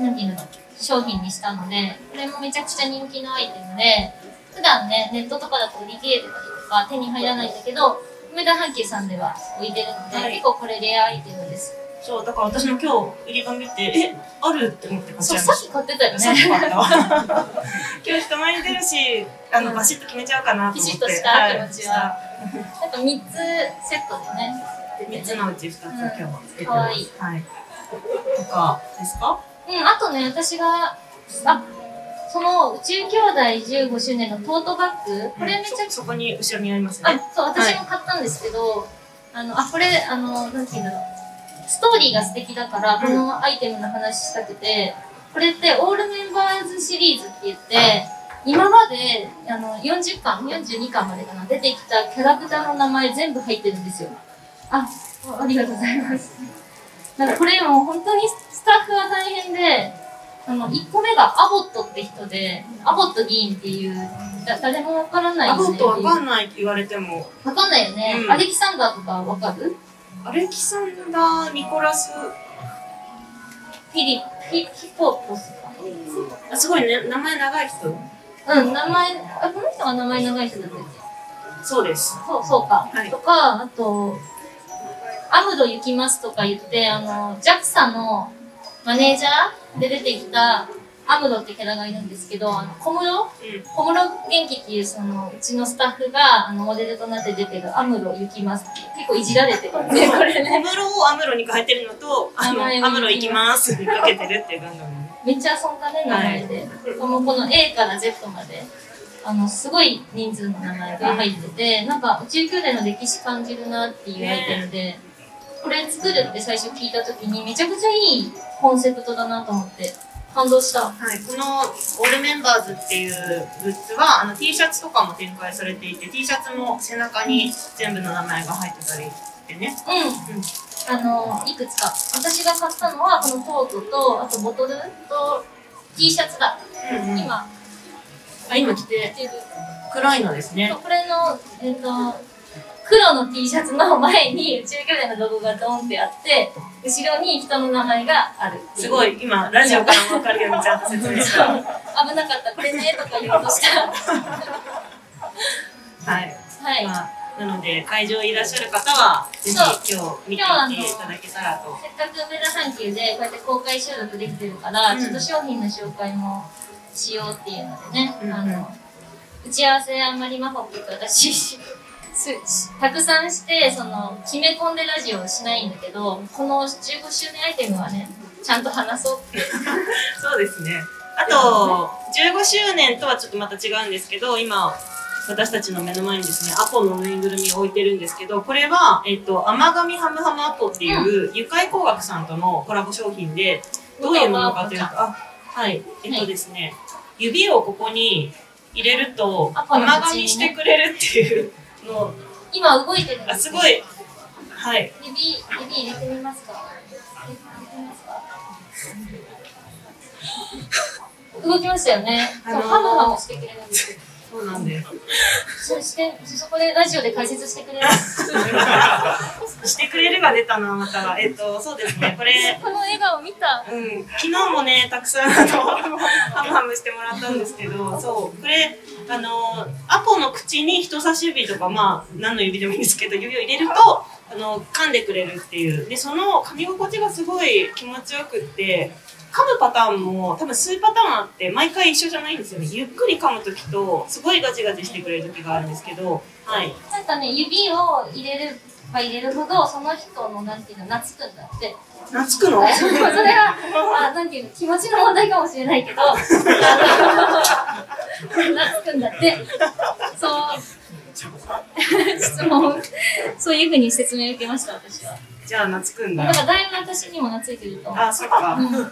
[SPEAKER 2] なんていうの商品にしたのでこれもめちゃくちゃ人気のアイテムで普段ねネットとかだと売り切れてたりとか手に入らないんだけど梅田阪急さんでは置いてるので、
[SPEAKER 1] はい
[SPEAKER 2] 結構これレアアイテムです
[SPEAKER 1] そう、だから私も今日売り場見て、え、あるって思って買っちゃい
[SPEAKER 2] そう
[SPEAKER 1] まし
[SPEAKER 2] さ
[SPEAKER 1] た
[SPEAKER 2] っ。き買ってたよ
[SPEAKER 1] さっき
[SPEAKER 2] ね
[SPEAKER 1] 買ったわ今日人前に出るし、あ
[SPEAKER 2] う
[SPEAKER 1] の
[SPEAKER 2] ん
[SPEAKER 1] バシッと決めちゃうかなと思って。
[SPEAKER 2] ビシッとした気持ちはなんか3つセットでね出て
[SPEAKER 1] い
[SPEAKER 2] ね
[SPEAKER 1] 三つのうち二つ今日はつけて
[SPEAKER 2] うんか
[SPEAKER 1] ま
[SPEAKER 2] わいい
[SPEAKER 1] す。はい。とかですか？
[SPEAKER 2] うん、あとね、私が、あ、その宇宙兄弟15周年のトートバッグ、これめち
[SPEAKER 1] そ
[SPEAKER 2] ゃくち
[SPEAKER 1] そこに後ろにあります
[SPEAKER 2] ゃ、あ
[SPEAKER 1] ね。、
[SPEAKER 2] そう、私も買ったんですけど、あの、あ、これ、あの、なんて言うんだろう。ストーリーが素敵だから、このアイテムの話したくて、これってオールメンバーズシリーズって言って、今まで、あの、40巻、42巻までかな、出てきたキャラクターの名前全部入ってるんですよ。あ、ありがとうございます。なんかこれもう本当にスタッフが大変で、あの、1個目がアボットって人で、アボット議員っていうだ誰もわからない
[SPEAKER 1] アボ
[SPEAKER 2] よ
[SPEAKER 1] ッ
[SPEAKER 2] ね。
[SPEAKER 1] トわか
[SPEAKER 2] わ
[SPEAKER 1] んないって言われても、
[SPEAKER 2] かんないよね。
[SPEAKER 1] うん
[SPEAKER 2] アレキサンダーとかわかる
[SPEAKER 1] アレキサンダー・ニコラス、
[SPEAKER 2] フィリピ、ヒポポスか。
[SPEAKER 1] あすごいね、名前長い人
[SPEAKER 2] うん、名前、あ、この人が名前長い人なんだっけ
[SPEAKER 1] そうです。
[SPEAKER 2] そう、そうか。
[SPEAKER 1] はい
[SPEAKER 2] とか、あと、アムロ行きますとか言って、あの、JAXA のマネージャーで出てきたアムロってキャラがいるんですけど、あの小室
[SPEAKER 1] う
[SPEAKER 2] 小室元気っていうそのうちのスタッフがあのモデルとなって出てるアムロ行きますって結構いじられてる ねこれね
[SPEAKER 1] ん。小室をアムロに変えてるのと、あの、
[SPEAKER 2] 名前を
[SPEAKER 1] アムロ行きますにかけてるっていうガンダム。
[SPEAKER 2] めっちゃ遊んだね名前で、もうこの A から Z まであのすごい人数の名前が入ってて、なんか宇宙宮殿の歴史感じるなっていうアイテムで、これ作るって最初聞いた時にめちゃくちゃいいコンセプトだなと思って感動した
[SPEAKER 1] はい、この「オールメンバーズ」っていうグッズはあの T シャツとかも展開されていて T シャツも背中に全部の名前が入ってたりしてね
[SPEAKER 2] うん、あのいくつか私が買ったのはこのコートとあとボトルと T シャツだ、
[SPEAKER 1] うんうん
[SPEAKER 2] 今
[SPEAKER 1] あ今着て
[SPEAKER 2] 着てる
[SPEAKER 1] 暗いのですね
[SPEAKER 2] これの、えっと黒の T シャツの前に宇宙巨大のロゴがドーンってあって後ろに人の名前がある
[SPEAKER 1] すご
[SPEAKER 2] い
[SPEAKER 1] い今ラジオからも分かるようにちゃんと説明 した
[SPEAKER 2] 危なかったこれねとか言おうとした
[SPEAKER 1] はい、
[SPEAKER 2] はい、
[SPEAKER 1] まあ、なので会場いらっしゃる方はぜひ今日見ていていただけたらと
[SPEAKER 2] せっかく梅田阪急でこうやって公開収録できてるから、
[SPEAKER 1] うん
[SPEAKER 2] ちょっと商品の紹介もしようっていうのでね、
[SPEAKER 1] うんうん
[SPEAKER 2] あの打ち合わせあんまりマホピーと私すたくさんしてその決め込んでラジオをしないんだけどこの15周年アイテムはねちゃんと話そうって
[SPEAKER 1] そうですねあと15周年とはちょっとまた違うんですけど今私たちの目の前にですねアポのぬいぐるみを置いてるんですけどこれは「えっと甘神ハムハムアポ」っていう愉快工学さんとのコラボ商品でどういうものかというとあはいえっとですね、指をここに入れると
[SPEAKER 2] アポの口にね
[SPEAKER 1] 甘神してくれるっていうのを
[SPEAKER 2] 今動いてるんで
[SPEAKER 1] あ
[SPEAKER 2] す
[SPEAKER 1] す
[SPEAKER 2] よ
[SPEAKER 1] ごいはい
[SPEAKER 2] 指指入れて みますか入れてみますか動きましたよね、
[SPEAKER 1] あのー
[SPEAKER 2] そうハムハムしてくれるんですよ
[SPEAKER 1] そうなん です
[SPEAKER 2] そして、そこでラジオで解説してくれる。
[SPEAKER 1] してくれるが出たなまたえっとそうですねこれ
[SPEAKER 2] この笑顔見た。
[SPEAKER 1] うん、昨日もねたくさんあのハムハムしてもらったんですけどそうこれあのアポの口に人差し指とかまあ何の指でもいいんですけど指を入れるとあの噛んでくれるっていうでその噛み心地がすごい気持ちよくって噛むパターンも多分数パターンあって毎回一緒じゃないんですよねゆっくり噛む時とすごいガチガチしてくれる時があるんですけどはい
[SPEAKER 2] なんかね、指を入れれば入れるほど、その人のなんていうの、懐くんだって。
[SPEAKER 1] 懐く
[SPEAKER 2] そ
[SPEAKER 1] の
[SPEAKER 2] れは、あ、なんていうの、気持ちの問題かもしれないけど。懐くんだって。そう。質問。そういうふうに説明受けました、私は。
[SPEAKER 1] じゃあ懐くん
[SPEAKER 2] だ
[SPEAKER 1] だ
[SPEAKER 2] から、だいぶ私にも懐いてると思う。
[SPEAKER 1] あそっか
[SPEAKER 2] うん、
[SPEAKER 1] なん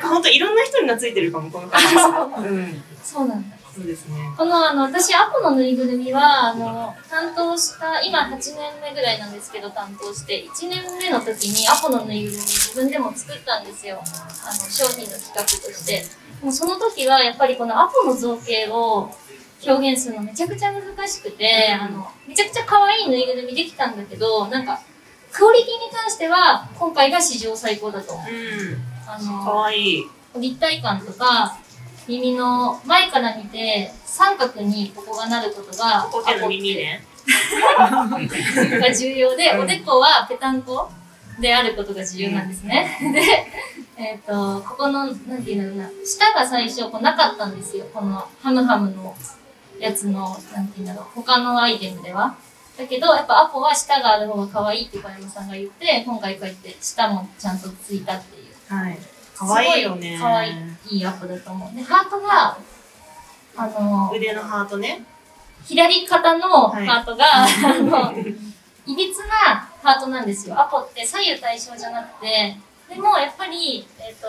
[SPEAKER 1] かほんといろんな人に懐いてるかもこの感じですうん
[SPEAKER 2] そうなんだ。
[SPEAKER 1] そうですね
[SPEAKER 2] このあの私アポのぬいぐるみはあの担当した今8年目ぐらいなんですけど担当して1年目の時にアポのぬいぐるみ自分でも作ったんですよあの商品の企画としてもうその時はやっぱりこのアポの造形を表現するのめちゃくちゃ難しくてあのめちゃくちゃ可愛いぬいぐるみできたんだけどなんかクオリティに関しては今回が史上最高だと思う
[SPEAKER 1] うん、
[SPEAKER 2] あの
[SPEAKER 1] かわいい。
[SPEAKER 2] 立体感とか耳の前から見て三角にここがなることが
[SPEAKER 1] ここ手の耳ね。
[SPEAKER 2] が重要で、
[SPEAKER 1] うん
[SPEAKER 2] おでこはぺたんこであることが重要なんですね。で、えっ、と、ここの、なんていうんだろうな、舌が最初こうなかったんですよ。このハムハムのやつの、なんていうんだろう、他のアイテムでは。だけど、やっぱアポは舌がある方が可愛いって小山さんが言って、今回こうやって舌もちゃんとついたっていう。
[SPEAKER 1] はい。かわいいよね。
[SPEAKER 2] すごい可愛いいいアップだと思う。で、ハートが、あの、
[SPEAKER 1] 腕のハートね。
[SPEAKER 2] 左肩のハートが、あの、
[SPEAKER 1] う
[SPEAKER 2] いびつなハートなんですよ。アポって左右対称じゃなくて、でもやっぱり、えっ、と、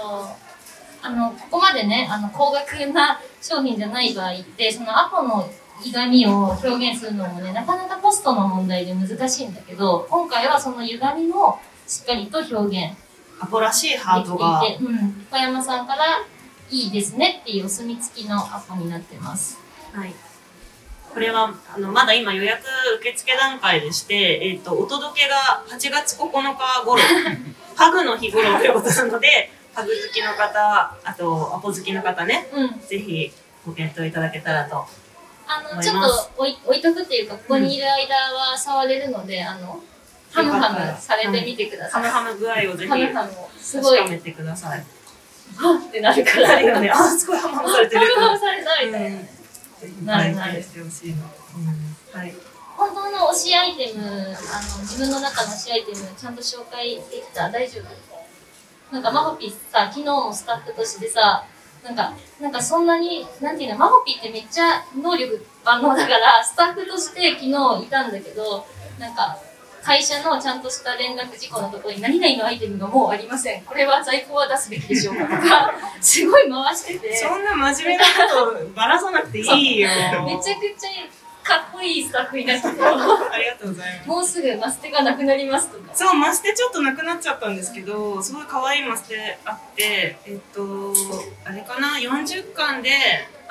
[SPEAKER 2] あの、ここまでね、あの、高額な商品じゃない場合って、そのアポの歪みを表現するのもね、なかなかコストの問題で難しいんだけど、今回はその歪みもしっかりと表現
[SPEAKER 1] アポらしいハートが。
[SPEAKER 2] できていて、うん、小山さんからいいですねっていうお墨付きのアポになってます。
[SPEAKER 1] はい。これはあのまだ今予約受付段階でして、えっとお届けが8月9日 頃パグの日頃ということなのでパグ好きの方あとアポ好きの方ね
[SPEAKER 2] うん。
[SPEAKER 1] ぜひご検討いただけたらと
[SPEAKER 2] あの、
[SPEAKER 1] 思います
[SPEAKER 2] ちょっと置い置いとくっていうか、ここにいる間は触れるので、あの、ハムハムされてみてくだ
[SPEAKER 1] ハ
[SPEAKER 2] さ
[SPEAKER 1] ム
[SPEAKER 2] い。
[SPEAKER 1] ハム具合をぜひ
[SPEAKER 2] ハムハムを。すご
[SPEAKER 1] 確
[SPEAKER 2] い、
[SPEAKER 1] か
[SPEAKER 2] は
[SPEAKER 1] めてくだ さい。
[SPEAKER 2] っってなるか
[SPEAKER 1] く
[SPEAKER 2] ら。
[SPEAKER 1] らいよね。あ、すごいハムハムされて
[SPEAKER 2] ハ
[SPEAKER 1] る
[SPEAKER 2] ム。ハムされたみたいな。なるなる
[SPEAKER 1] はいしてほしいなと思います。はい。
[SPEAKER 2] 本当の推しアイテム、あの、自分の中の推しアイテム、ちゃんと紹介できた大丈夫なんか、マホピさ、昨日もスタッフとしてさ、なんか、なんかそんなに、なんていうの、マホピってめっちゃ能力万能だから、スタッフとして昨日いたんだけど、なんか、会社のちゃんとした連絡事項のところに何々のアイテムがもうありません。これは在庫は出すべきでしょうかとか、すごい回してて。
[SPEAKER 1] そんな真面目なことばらさなくていいよ。
[SPEAKER 2] めちゃくちゃかっこいいスタッフになってて
[SPEAKER 1] ありがとうございます。
[SPEAKER 2] もうすぐマステがなくなりますとか。
[SPEAKER 1] そう、マステちょっとなくなっちゃったんですけど、すごい可愛いマステあって、えっと、あれかな、40巻で、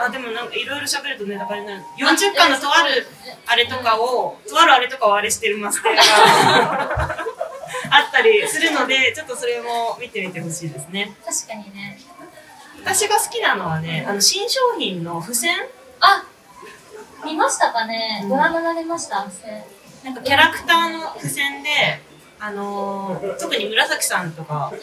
[SPEAKER 1] あ、でもなんかいろいろ喋るとネタバレになる。40巻のとあるあれとかを、とあるあれとかをあれしてるマステがあったりするので、ちょっとそれも見てみてほしいですね。
[SPEAKER 2] 確かにね。
[SPEAKER 1] 私が好きなのはね、あの新商品の付箋
[SPEAKER 2] あ見ましたかね、
[SPEAKER 1] うん
[SPEAKER 2] ご覧になれました付箋
[SPEAKER 1] なんかキャラクターの付箋で、あのー特に紫さんとか
[SPEAKER 2] う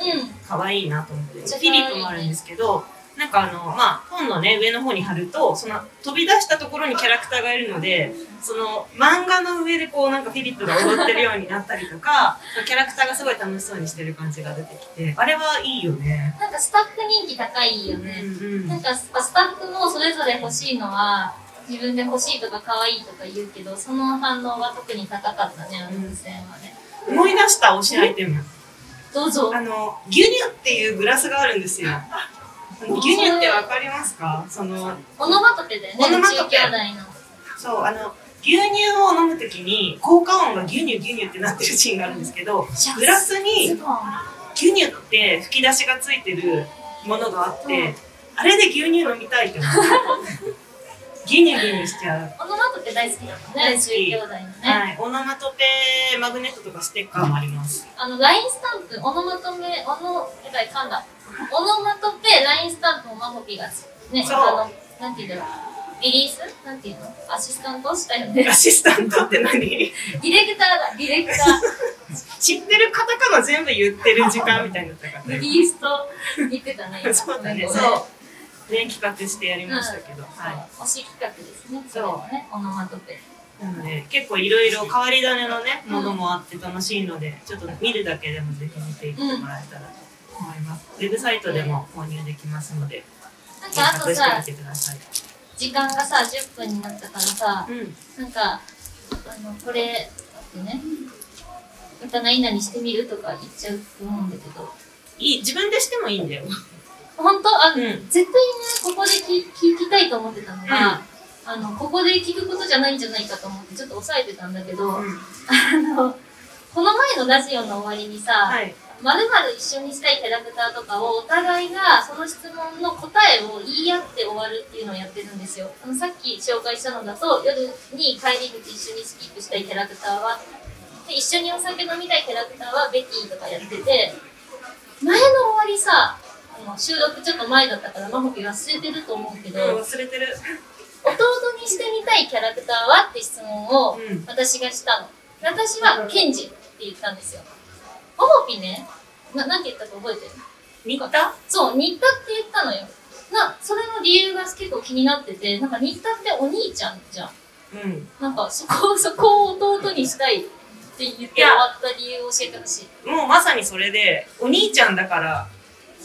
[SPEAKER 1] 可愛いなと思って、フィリップもあるんですけど、なんかあの、まあ、本のね、上の方に貼ると、その飛び出したところにキャラクターがいるので、その漫画の上でこうなんかフィリップが踊ってるようになったりとか、 キャラクターがすごい楽しそうにしてる感じが出てきて、あれはいいよね。
[SPEAKER 2] ん。なんかスタッフ人気高いよ
[SPEAKER 1] うん
[SPEAKER 2] ね。
[SPEAKER 1] うん
[SPEAKER 2] なんかススタッフもそれぞれ欲しいのは、自分で欲しいとか可愛いとか言うけど、その反応が特に高かったね、あの付箋はね。
[SPEAKER 1] 思い出した推しアイテム。
[SPEAKER 2] どうぞ。
[SPEAKER 1] あの牛乳っていうグラスがあるんですよ。あの牛乳ってわかりますか？その
[SPEAKER 2] オノマトペだよね、
[SPEAKER 1] オノマト
[SPEAKER 2] 中
[SPEAKER 1] ペ
[SPEAKER 2] 兄弟の。
[SPEAKER 1] そうあの牛乳を飲むときに効果音が牛乳牛乳ってなってるシーンがあるんですけど、グラス
[SPEAKER 2] ズ
[SPEAKER 1] に
[SPEAKER 2] ボン。
[SPEAKER 1] 牛乳って吹き出しがついてるものがあって、
[SPEAKER 2] うん
[SPEAKER 1] あれで牛乳飲みたいって思って牛乳牛乳しちゃう。
[SPEAKER 2] オノマトペ大好きだもん
[SPEAKER 1] 大
[SPEAKER 2] ね、
[SPEAKER 1] 好き
[SPEAKER 2] 中兄弟のね。
[SPEAKER 1] はい、オノマトペマグネットとかステッカーもあります。
[SPEAKER 2] あの、LINE スタンプ、オノマトペ、オノ、えらい噛んだ。オノマトペ、LINE スタンプをマホピが、ね、
[SPEAKER 1] そう
[SPEAKER 2] あの、なんていうんだろう。リリースなんていうのアシスタントしたよ ね。
[SPEAKER 1] アシスタントって何？
[SPEAKER 2] ディレクターだ、ディレクタ
[SPEAKER 1] 知ってるカタカナ全部言ってる時間みたいになったから。。
[SPEAKER 2] ー、リリースと言ってたね
[SPEAKER 1] そうだね。
[SPEAKER 2] 今
[SPEAKER 1] そう。ね、企画してやりましたけど。は
[SPEAKER 2] そう推し企画ですね。それもね、オノマトペ。
[SPEAKER 1] い。なので、結構いろいろ変わり種のね、ものもあって楽しいので、ちょっと見るだけでもぜひ見ていってもらえたらと思います。ウェブサイトでも購入できますので、
[SPEAKER 2] なん
[SPEAKER 1] 検
[SPEAKER 2] かあ
[SPEAKER 1] 索
[SPEAKER 2] と
[SPEAKER 1] して
[SPEAKER 2] さ
[SPEAKER 1] み、てください。
[SPEAKER 2] 時間がさ、10分になったからさ、
[SPEAKER 1] うん。
[SPEAKER 2] なんか、あの、これ、待ってね、歌何々してみるとか言っちゃうと思うんだけど、
[SPEAKER 1] いい、自分でしてもいいんだよ。
[SPEAKER 2] 本当あ、
[SPEAKER 1] うん
[SPEAKER 2] 絶対ねここで聞聞きたいと思ってたのが、あのここで聞くことじゃないんじゃないかと思ってちょっと抑えてたんだけど、あのこの前のラジオの終わりにさ
[SPEAKER 1] はい。
[SPEAKER 2] 「まるまる一緒にしたいキャラクター」とかをお互いがその質問の答えを言い合って終わるっていうのをやってるんですよあのさっき紹介したのだと夜に帰り道一緒にスキップしたいキャラクターはで一緒にお酒飲みたいキャラクターはベティとかやってて前の終わりさあの収録ちょっと前だったからマホピ忘れてると思うけど、
[SPEAKER 1] うん、忘れてる。
[SPEAKER 2] 弟にしてみたいキャラクターはって質問を
[SPEAKER 1] うん
[SPEAKER 2] 私がしたの、私はケンジって言ったんですよマホピねななんて言ったか覚えてる
[SPEAKER 1] 似た
[SPEAKER 2] そう新田って言ったのよなそれの理由が結構気になっててなんか新田ってお兄ちゃんじゃん
[SPEAKER 1] うん。
[SPEAKER 2] なんかそこ そこを弟にしたいって言って終わった理由を教えてほしい
[SPEAKER 1] もうまさにそれで、お兄ちゃんだから、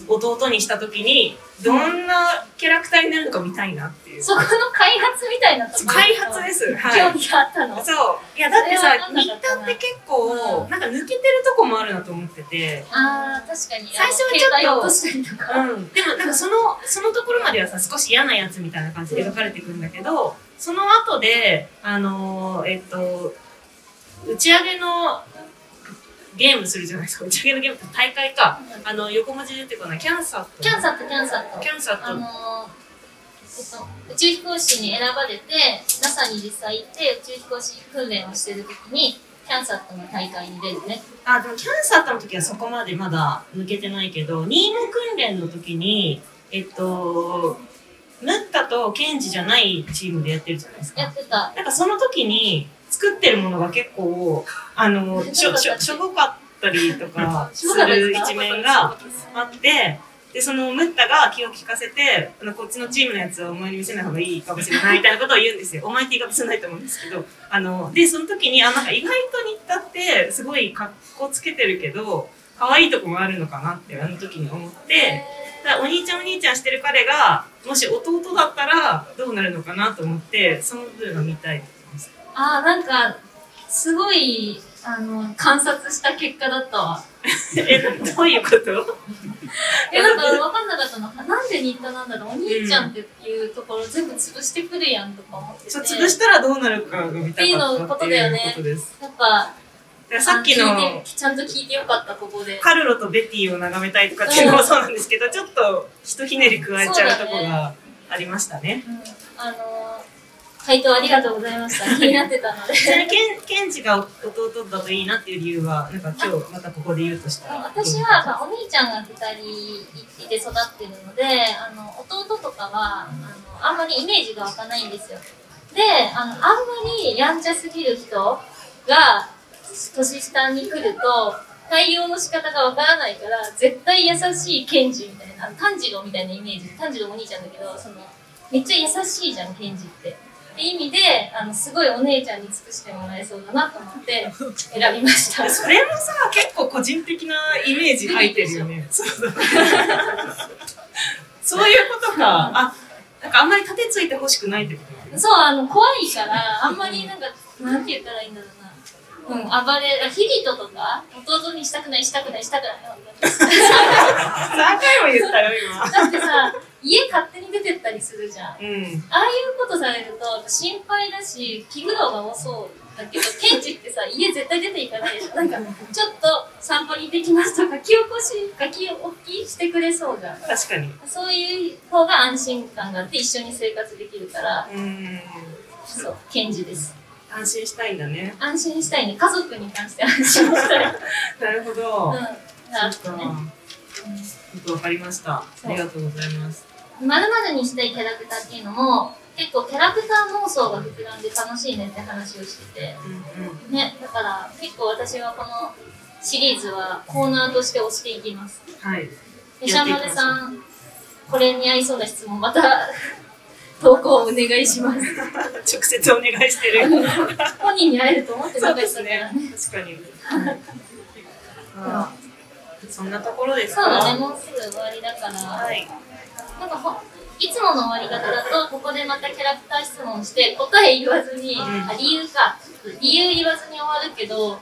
[SPEAKER 1] 弟にしたときに、どんなキャラクターになるのか見たいなっていう。
[SPEAKER 2] そこの開発みたいなところ
[SPEAKER 1] 開発です。はい
[SPEAKER 2] 興。味があったの、
[SPEAKER 1] そう。いや、だってさ
[SPEAKER 2] そ、れは分
[SPEAKER 1] 新
[SPEAKER 2] か
[SPEAKER 1] 田
[SPEAKER 2] んなか
[SPEAKER 1] って
[SPEAKER 2] ったな
[SPEAKER 1] 結構、なんか抜けてるとこもあるなと思ってて。
[SPEAKER 2] あー確かに
[SPEAKER 1] 最初はちょっと
[SPEAKER 2] あの携帯落としたりとか
[SPEAKER 1] うん。でも、なんかその、そのところまではさ、少し嫌なやつみたいな感じで描かれていくんだけど、その後で、あのーえっと、打ち上げの、ゲームするじゃないですか。打ち上げのゲームって大会か。あの、横文字出てこない。キャンサーと。
[SPEAKER 2] キャンサットキャンサット
[SPEAKER 1] キャンサー
[SPEAKER 2] あ
[SPEAKER 1] と
[SPEAKER 2] のー、と、宇宙飛行士に選ばれて NASA に実際行って宇宙飛行士訓練をしてる時にキャンサットの大会に出るね
[SPEAKER 1] あでもキャンサーの時はそこまでまだ抜けてないけど任務訓練の時にえっとムッタとケンジじゃないチームでやってるじゃないです
[SPEAKER 2] や
[SPEAKER 1] か
[SPEAKER 2] ってた
[SPEAKER 1] なんかその時に作ってるものが結構あのしょしょしょぼかったりと かする一面があってでそのムッタが気を利かせてあのこっちのチームのやつはお前に見せない方がいいかもしれないみたいなことを言うんですよお前って言い方すんないと思うんですけどあのでその時にあなんか意外と新田ってすごい格好つけてるけど可愛いとこもあるのかなってあの時に思ってだからお兄ちゃんお兄ちゃんしてる彼がもし弟だったらどうなるのかなと思ってその部分が見たいと思います
[SPEAKER 2] ああなんかすごいあの観察した結果だったわ
[SPEAKER 1] えどういう こと
[SPEAKER 2] えなんか分かんなかったのあなんで新田なんだろうお兄ちゃんっていうところ全部潰してくるやんとか思ってて
[SPEAKER 1] そう潰したらどうなるかが見たかったっていうことです
[SPEAKER 2] やっぱ
[SPEAKER 1] だからさっき
[SPEAKER 2] あ聞い
[SPEAKER 1] の
[SPEAKER 2] てちゃんと聞いてよかったここで
[SPEAKER 1] カルロとベティを眺めたいとかっていうのもそうなんですけどちょっとひとひねり加えちゃうとこがありましたね
[SPEAKER 2] うんあのー回答ありがとうございました。気になってたので。
[SPEAKER 1] ちなみにケンケンジが弟だといいなっていう理由はなんか今日またここで言うとしたら
[SPEAKER 2] 私は、まあ、お兄ちゃんが2人いて育ってるのであの弟とかはあのあんまりイメージが湧かないんですよであのあんまりやんちゃすぎる人が年下に来ると対応の仕方がわからないから絶対優しい賢治みたいなあの炭治郎みたいなイメージ炭治郎お兄ちゃんだけどそのめっちゃ優しいじゃん賢治って。って意味であのすごいお姉ちゃんに尽くしてもらえそうだなと思って選び ました。
[SPEAKER 1] それもさ結構個人的なイメージ入ってるよねそうそうそういうことかあなんかあんまり盾ついてほしくないってことなの
[SPEAKER 2] そう、あの、怖いから、あんまりなんか、なんて言ったらいいんだろうな。うん、暴れ、ヒリトとか、弟にしたくない、したくない、したくない。
[SPEAKER 1] 何回も言ったよ今
[SPEAKER 2] だってさ、家勝手に出てったりするじゃん。あ
[SPEAKER 1] うん
[SPEAKER 2] あいうことされると、心配だし、気苦労が多そうだけど、ケンチってさ、家絶対出ていかないでしょ。なんか、ちょっと散歩に行ってきますとか、書き起こし、書き起きしてくれそうじゃん。
[SPEAKER 1] 確かに
[SPEAKER 2] そういう方が安心感があって、一緒に生活できるから、
[SPEAKER 1] うん
[SPEAKER 2] そう、ケンジです。
[SPEAKER 1] 安心したいんだね
[SPEAKER 2] 安心したいね家族に関して安心したい、うん、
[SPEAKER 1] なるほど、
[SPEAKER 2] なる
[SPEAKER 1] そっ
[SPEAKER 2] ほど
[SPEAKER 1] か
[SPEAKER 2] ね
[SPEAKER 1] よくわかりましたあ
[SPEAKER 2] そう
[SPEAKER 1] りがとうございます
[SPEAKER 2] まるにしたいキャラクターっていうのも結構キャラクター妄想が膨らんで楽しいねって話をしてて
[SPEAKER 1] うんうん
[SPEAKER 2] ねだから結構私はこのシリーズはコーナーとして推していきます
[SPEAKER 1] はい
[SPEAKER 2] 吉田丸さんこれに合いそうな質問また 投稿お願いします
[SPEAKER 1] 直接お願いして る
[SPEAKER 2] 本人に会えると思って
[SPEAKER 1] そ
[SPEAKER 2] な
[SPEAKER 1] う
[SPEAKER 2] か
[SPEAKER 1] で
[SPEAKER 2] った
[SPEAKER 1] す
[SPEAKER 2] から
[SPEAKER 1] ね
[SPEAKER 2] ね
[SPEAKER 1] 確かに、あーそんなところです
[SPEAKER 2] そ
[SPEAKER 1] か
[SPEAKER 2] うだねもうすぐ終わりだから、
[SPEAKER 1] はい
[SPEAKER 2] なんかほいつもの終わり方だとここでまたキャラクター質問して答え言わずに、あ理由か理由言わずに終わるけど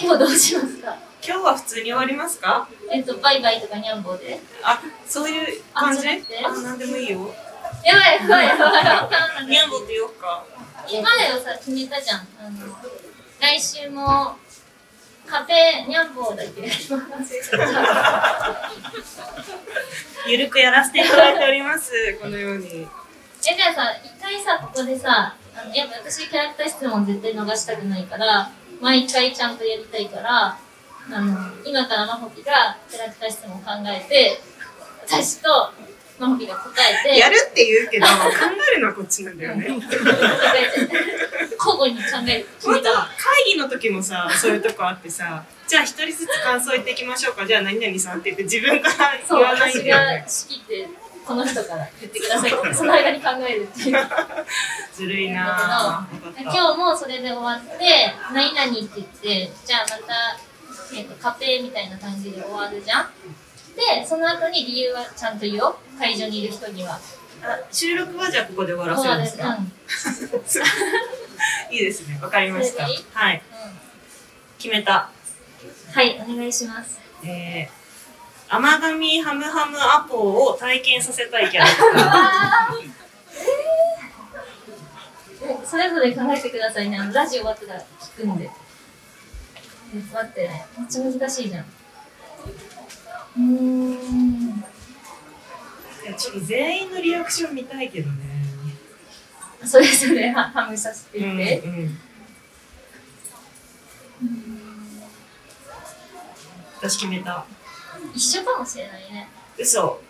[SPEAKER 2] 今日どうしますか
[SPEAKER 1] 今日は普通に終わりますか
[SPEAKER 2] えっとバイバイとかニャンボでや
[SPEAKER 1] あ、そういう感じ
[SPEAKER 2] あそうですね
[SPEAKER 1] あ、なんでもいいよ
[SPEAKER 2] ばいやばいやばいわかんない
[SPEAKER 1] ニャンボって言おうか
[SPEAKER 2] 前をさ決めたじゃんあの来週もカフェニャンボだけやります
[SPEAKER 1] ゆるくやらせていただいておりますこのように
[SPEAKER 2] えじゃあさ一回さここでさあのやっぱ私キャラクター質問絶対逃したくないから毎回ちゃんとやりたいからあの今からまほきがキャラクター質問考えて私とまほきが答えて
[SPEAKER 1] やるって言うけど考えるのはこっちなんだよね
[SPEAKER 2] 答えて交互に考えて決
[SPEAKER 1] 本
[SPEAKER 2] め
[SPEAKER 1] 当
[SPEAKER 2] た
[SPEAKER 1] 会議の時も さそういうとこあってさじゃあ一人ずつ感想言っていきましょうかじゃあ何々さんって言って自分から言
[SPEAKER 2] そう
[SPEAKER 1] わないん
[SPEAKER 2] 私
[SPEAKER 1] だよね
[SPEAKER 2] が仕切ってこの人から言ってくださいってその間に考えるっていう
[SPEAKER 1] ずるいなぁよ
[SPEAKER 2] 今
[SPEAKER 1] かっ
[SPEAKER 2] 日もそれで終わって「何々」って言ってじゃあまた、えっと家庭みたいな感じで終わるじゃんでその後に理由はちゃんと言おう会場にいる人には
[SPEAKER 1] たあ収録はじゃあここで終わらせ
[SPEAKER 2] 終わ
[SPEAKER 1] るんで
[SPEAKER 2] る
[SPEAKER 1] す
[SPEAKER 2] う
[SPEAKER 1] か
[SPEAKER 2] ん
[SPEAKER 1] いいですねわかりました
[SPEAKER 2] それでいい
[SPEAKER 1] はい決めた
[SPEAKER 2] うんはいお願いします
[SPEAKER 1] えー、甘神ハムハムアポを体験させたいキャラクター
[SPEAKER 2] えそれぞれ考えてくださいねあのラジオ終わってから聞くんでえ待ってねめっちゃ難しいじゃんうーん
[SPEAKER 1] いやちょっと全員のリアクション見たいけどね。
[SPEAKER 2] それぞれはハムさせていて、
[SPEAKER 1] うんうん私決めた。
[SPEAKER 2] 一緒かもしれないね。
[SPEAKER 1] 嘘。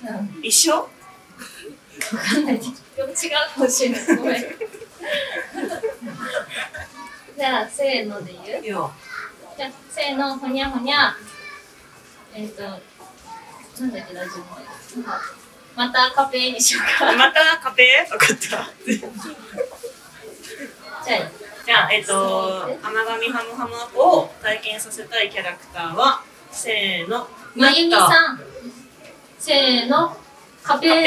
[SPEAKER 2] うん、わ
[SPEAKER 1] 一緒
[SPEAKER 2] かんないけど、でも違うかもしれない。ごめん。じゃあ、せーので言う
[SPEAKER 3] いや、
[SPEAKER 2] じゃあ、せーの、ほにゃほにゃ。えっ、と、なんだっけ、ラジオの。またカペにしようか。
[SPEAKER 1] またカペ分かった。
[SPEAKER 2] じゃ
[SPEAKER 1] じゃあ、えっと、甘神ハムハムアポを体験させたいキャラクターは、せーの、
[SPEAKER 2] あ、まゆみさん。せーの、カペー
[SPEAKER 1] カ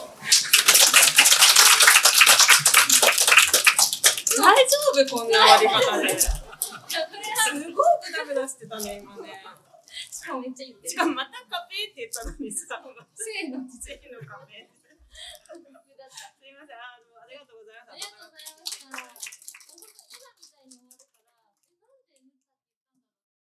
[SPEAKER 1] ペ
[SPEAKER 4] 大丈夫こんな終わり方で。す
[SPEAKER 2] じゃあこれは
[SPEAKER 4] ごくダメ出してたね、今ね。
[SPEAKER 2] しかもめっちゃ言ってる
[SPEAKER 1] しかもまたカペって言ったのにさ、
[SPEAKER 2] せーの、
[SPEAKER 1] せーのカペ。
[SPEAKER 2] あ
[SPEAKER 1] すいません、あの、ありがとうございま
[SPEAKER 2] り
[SPEAKER 1] し
[SPEAKER 2] が
[SPEAKER 1] た
[SPEAKER 2] とう。ございました。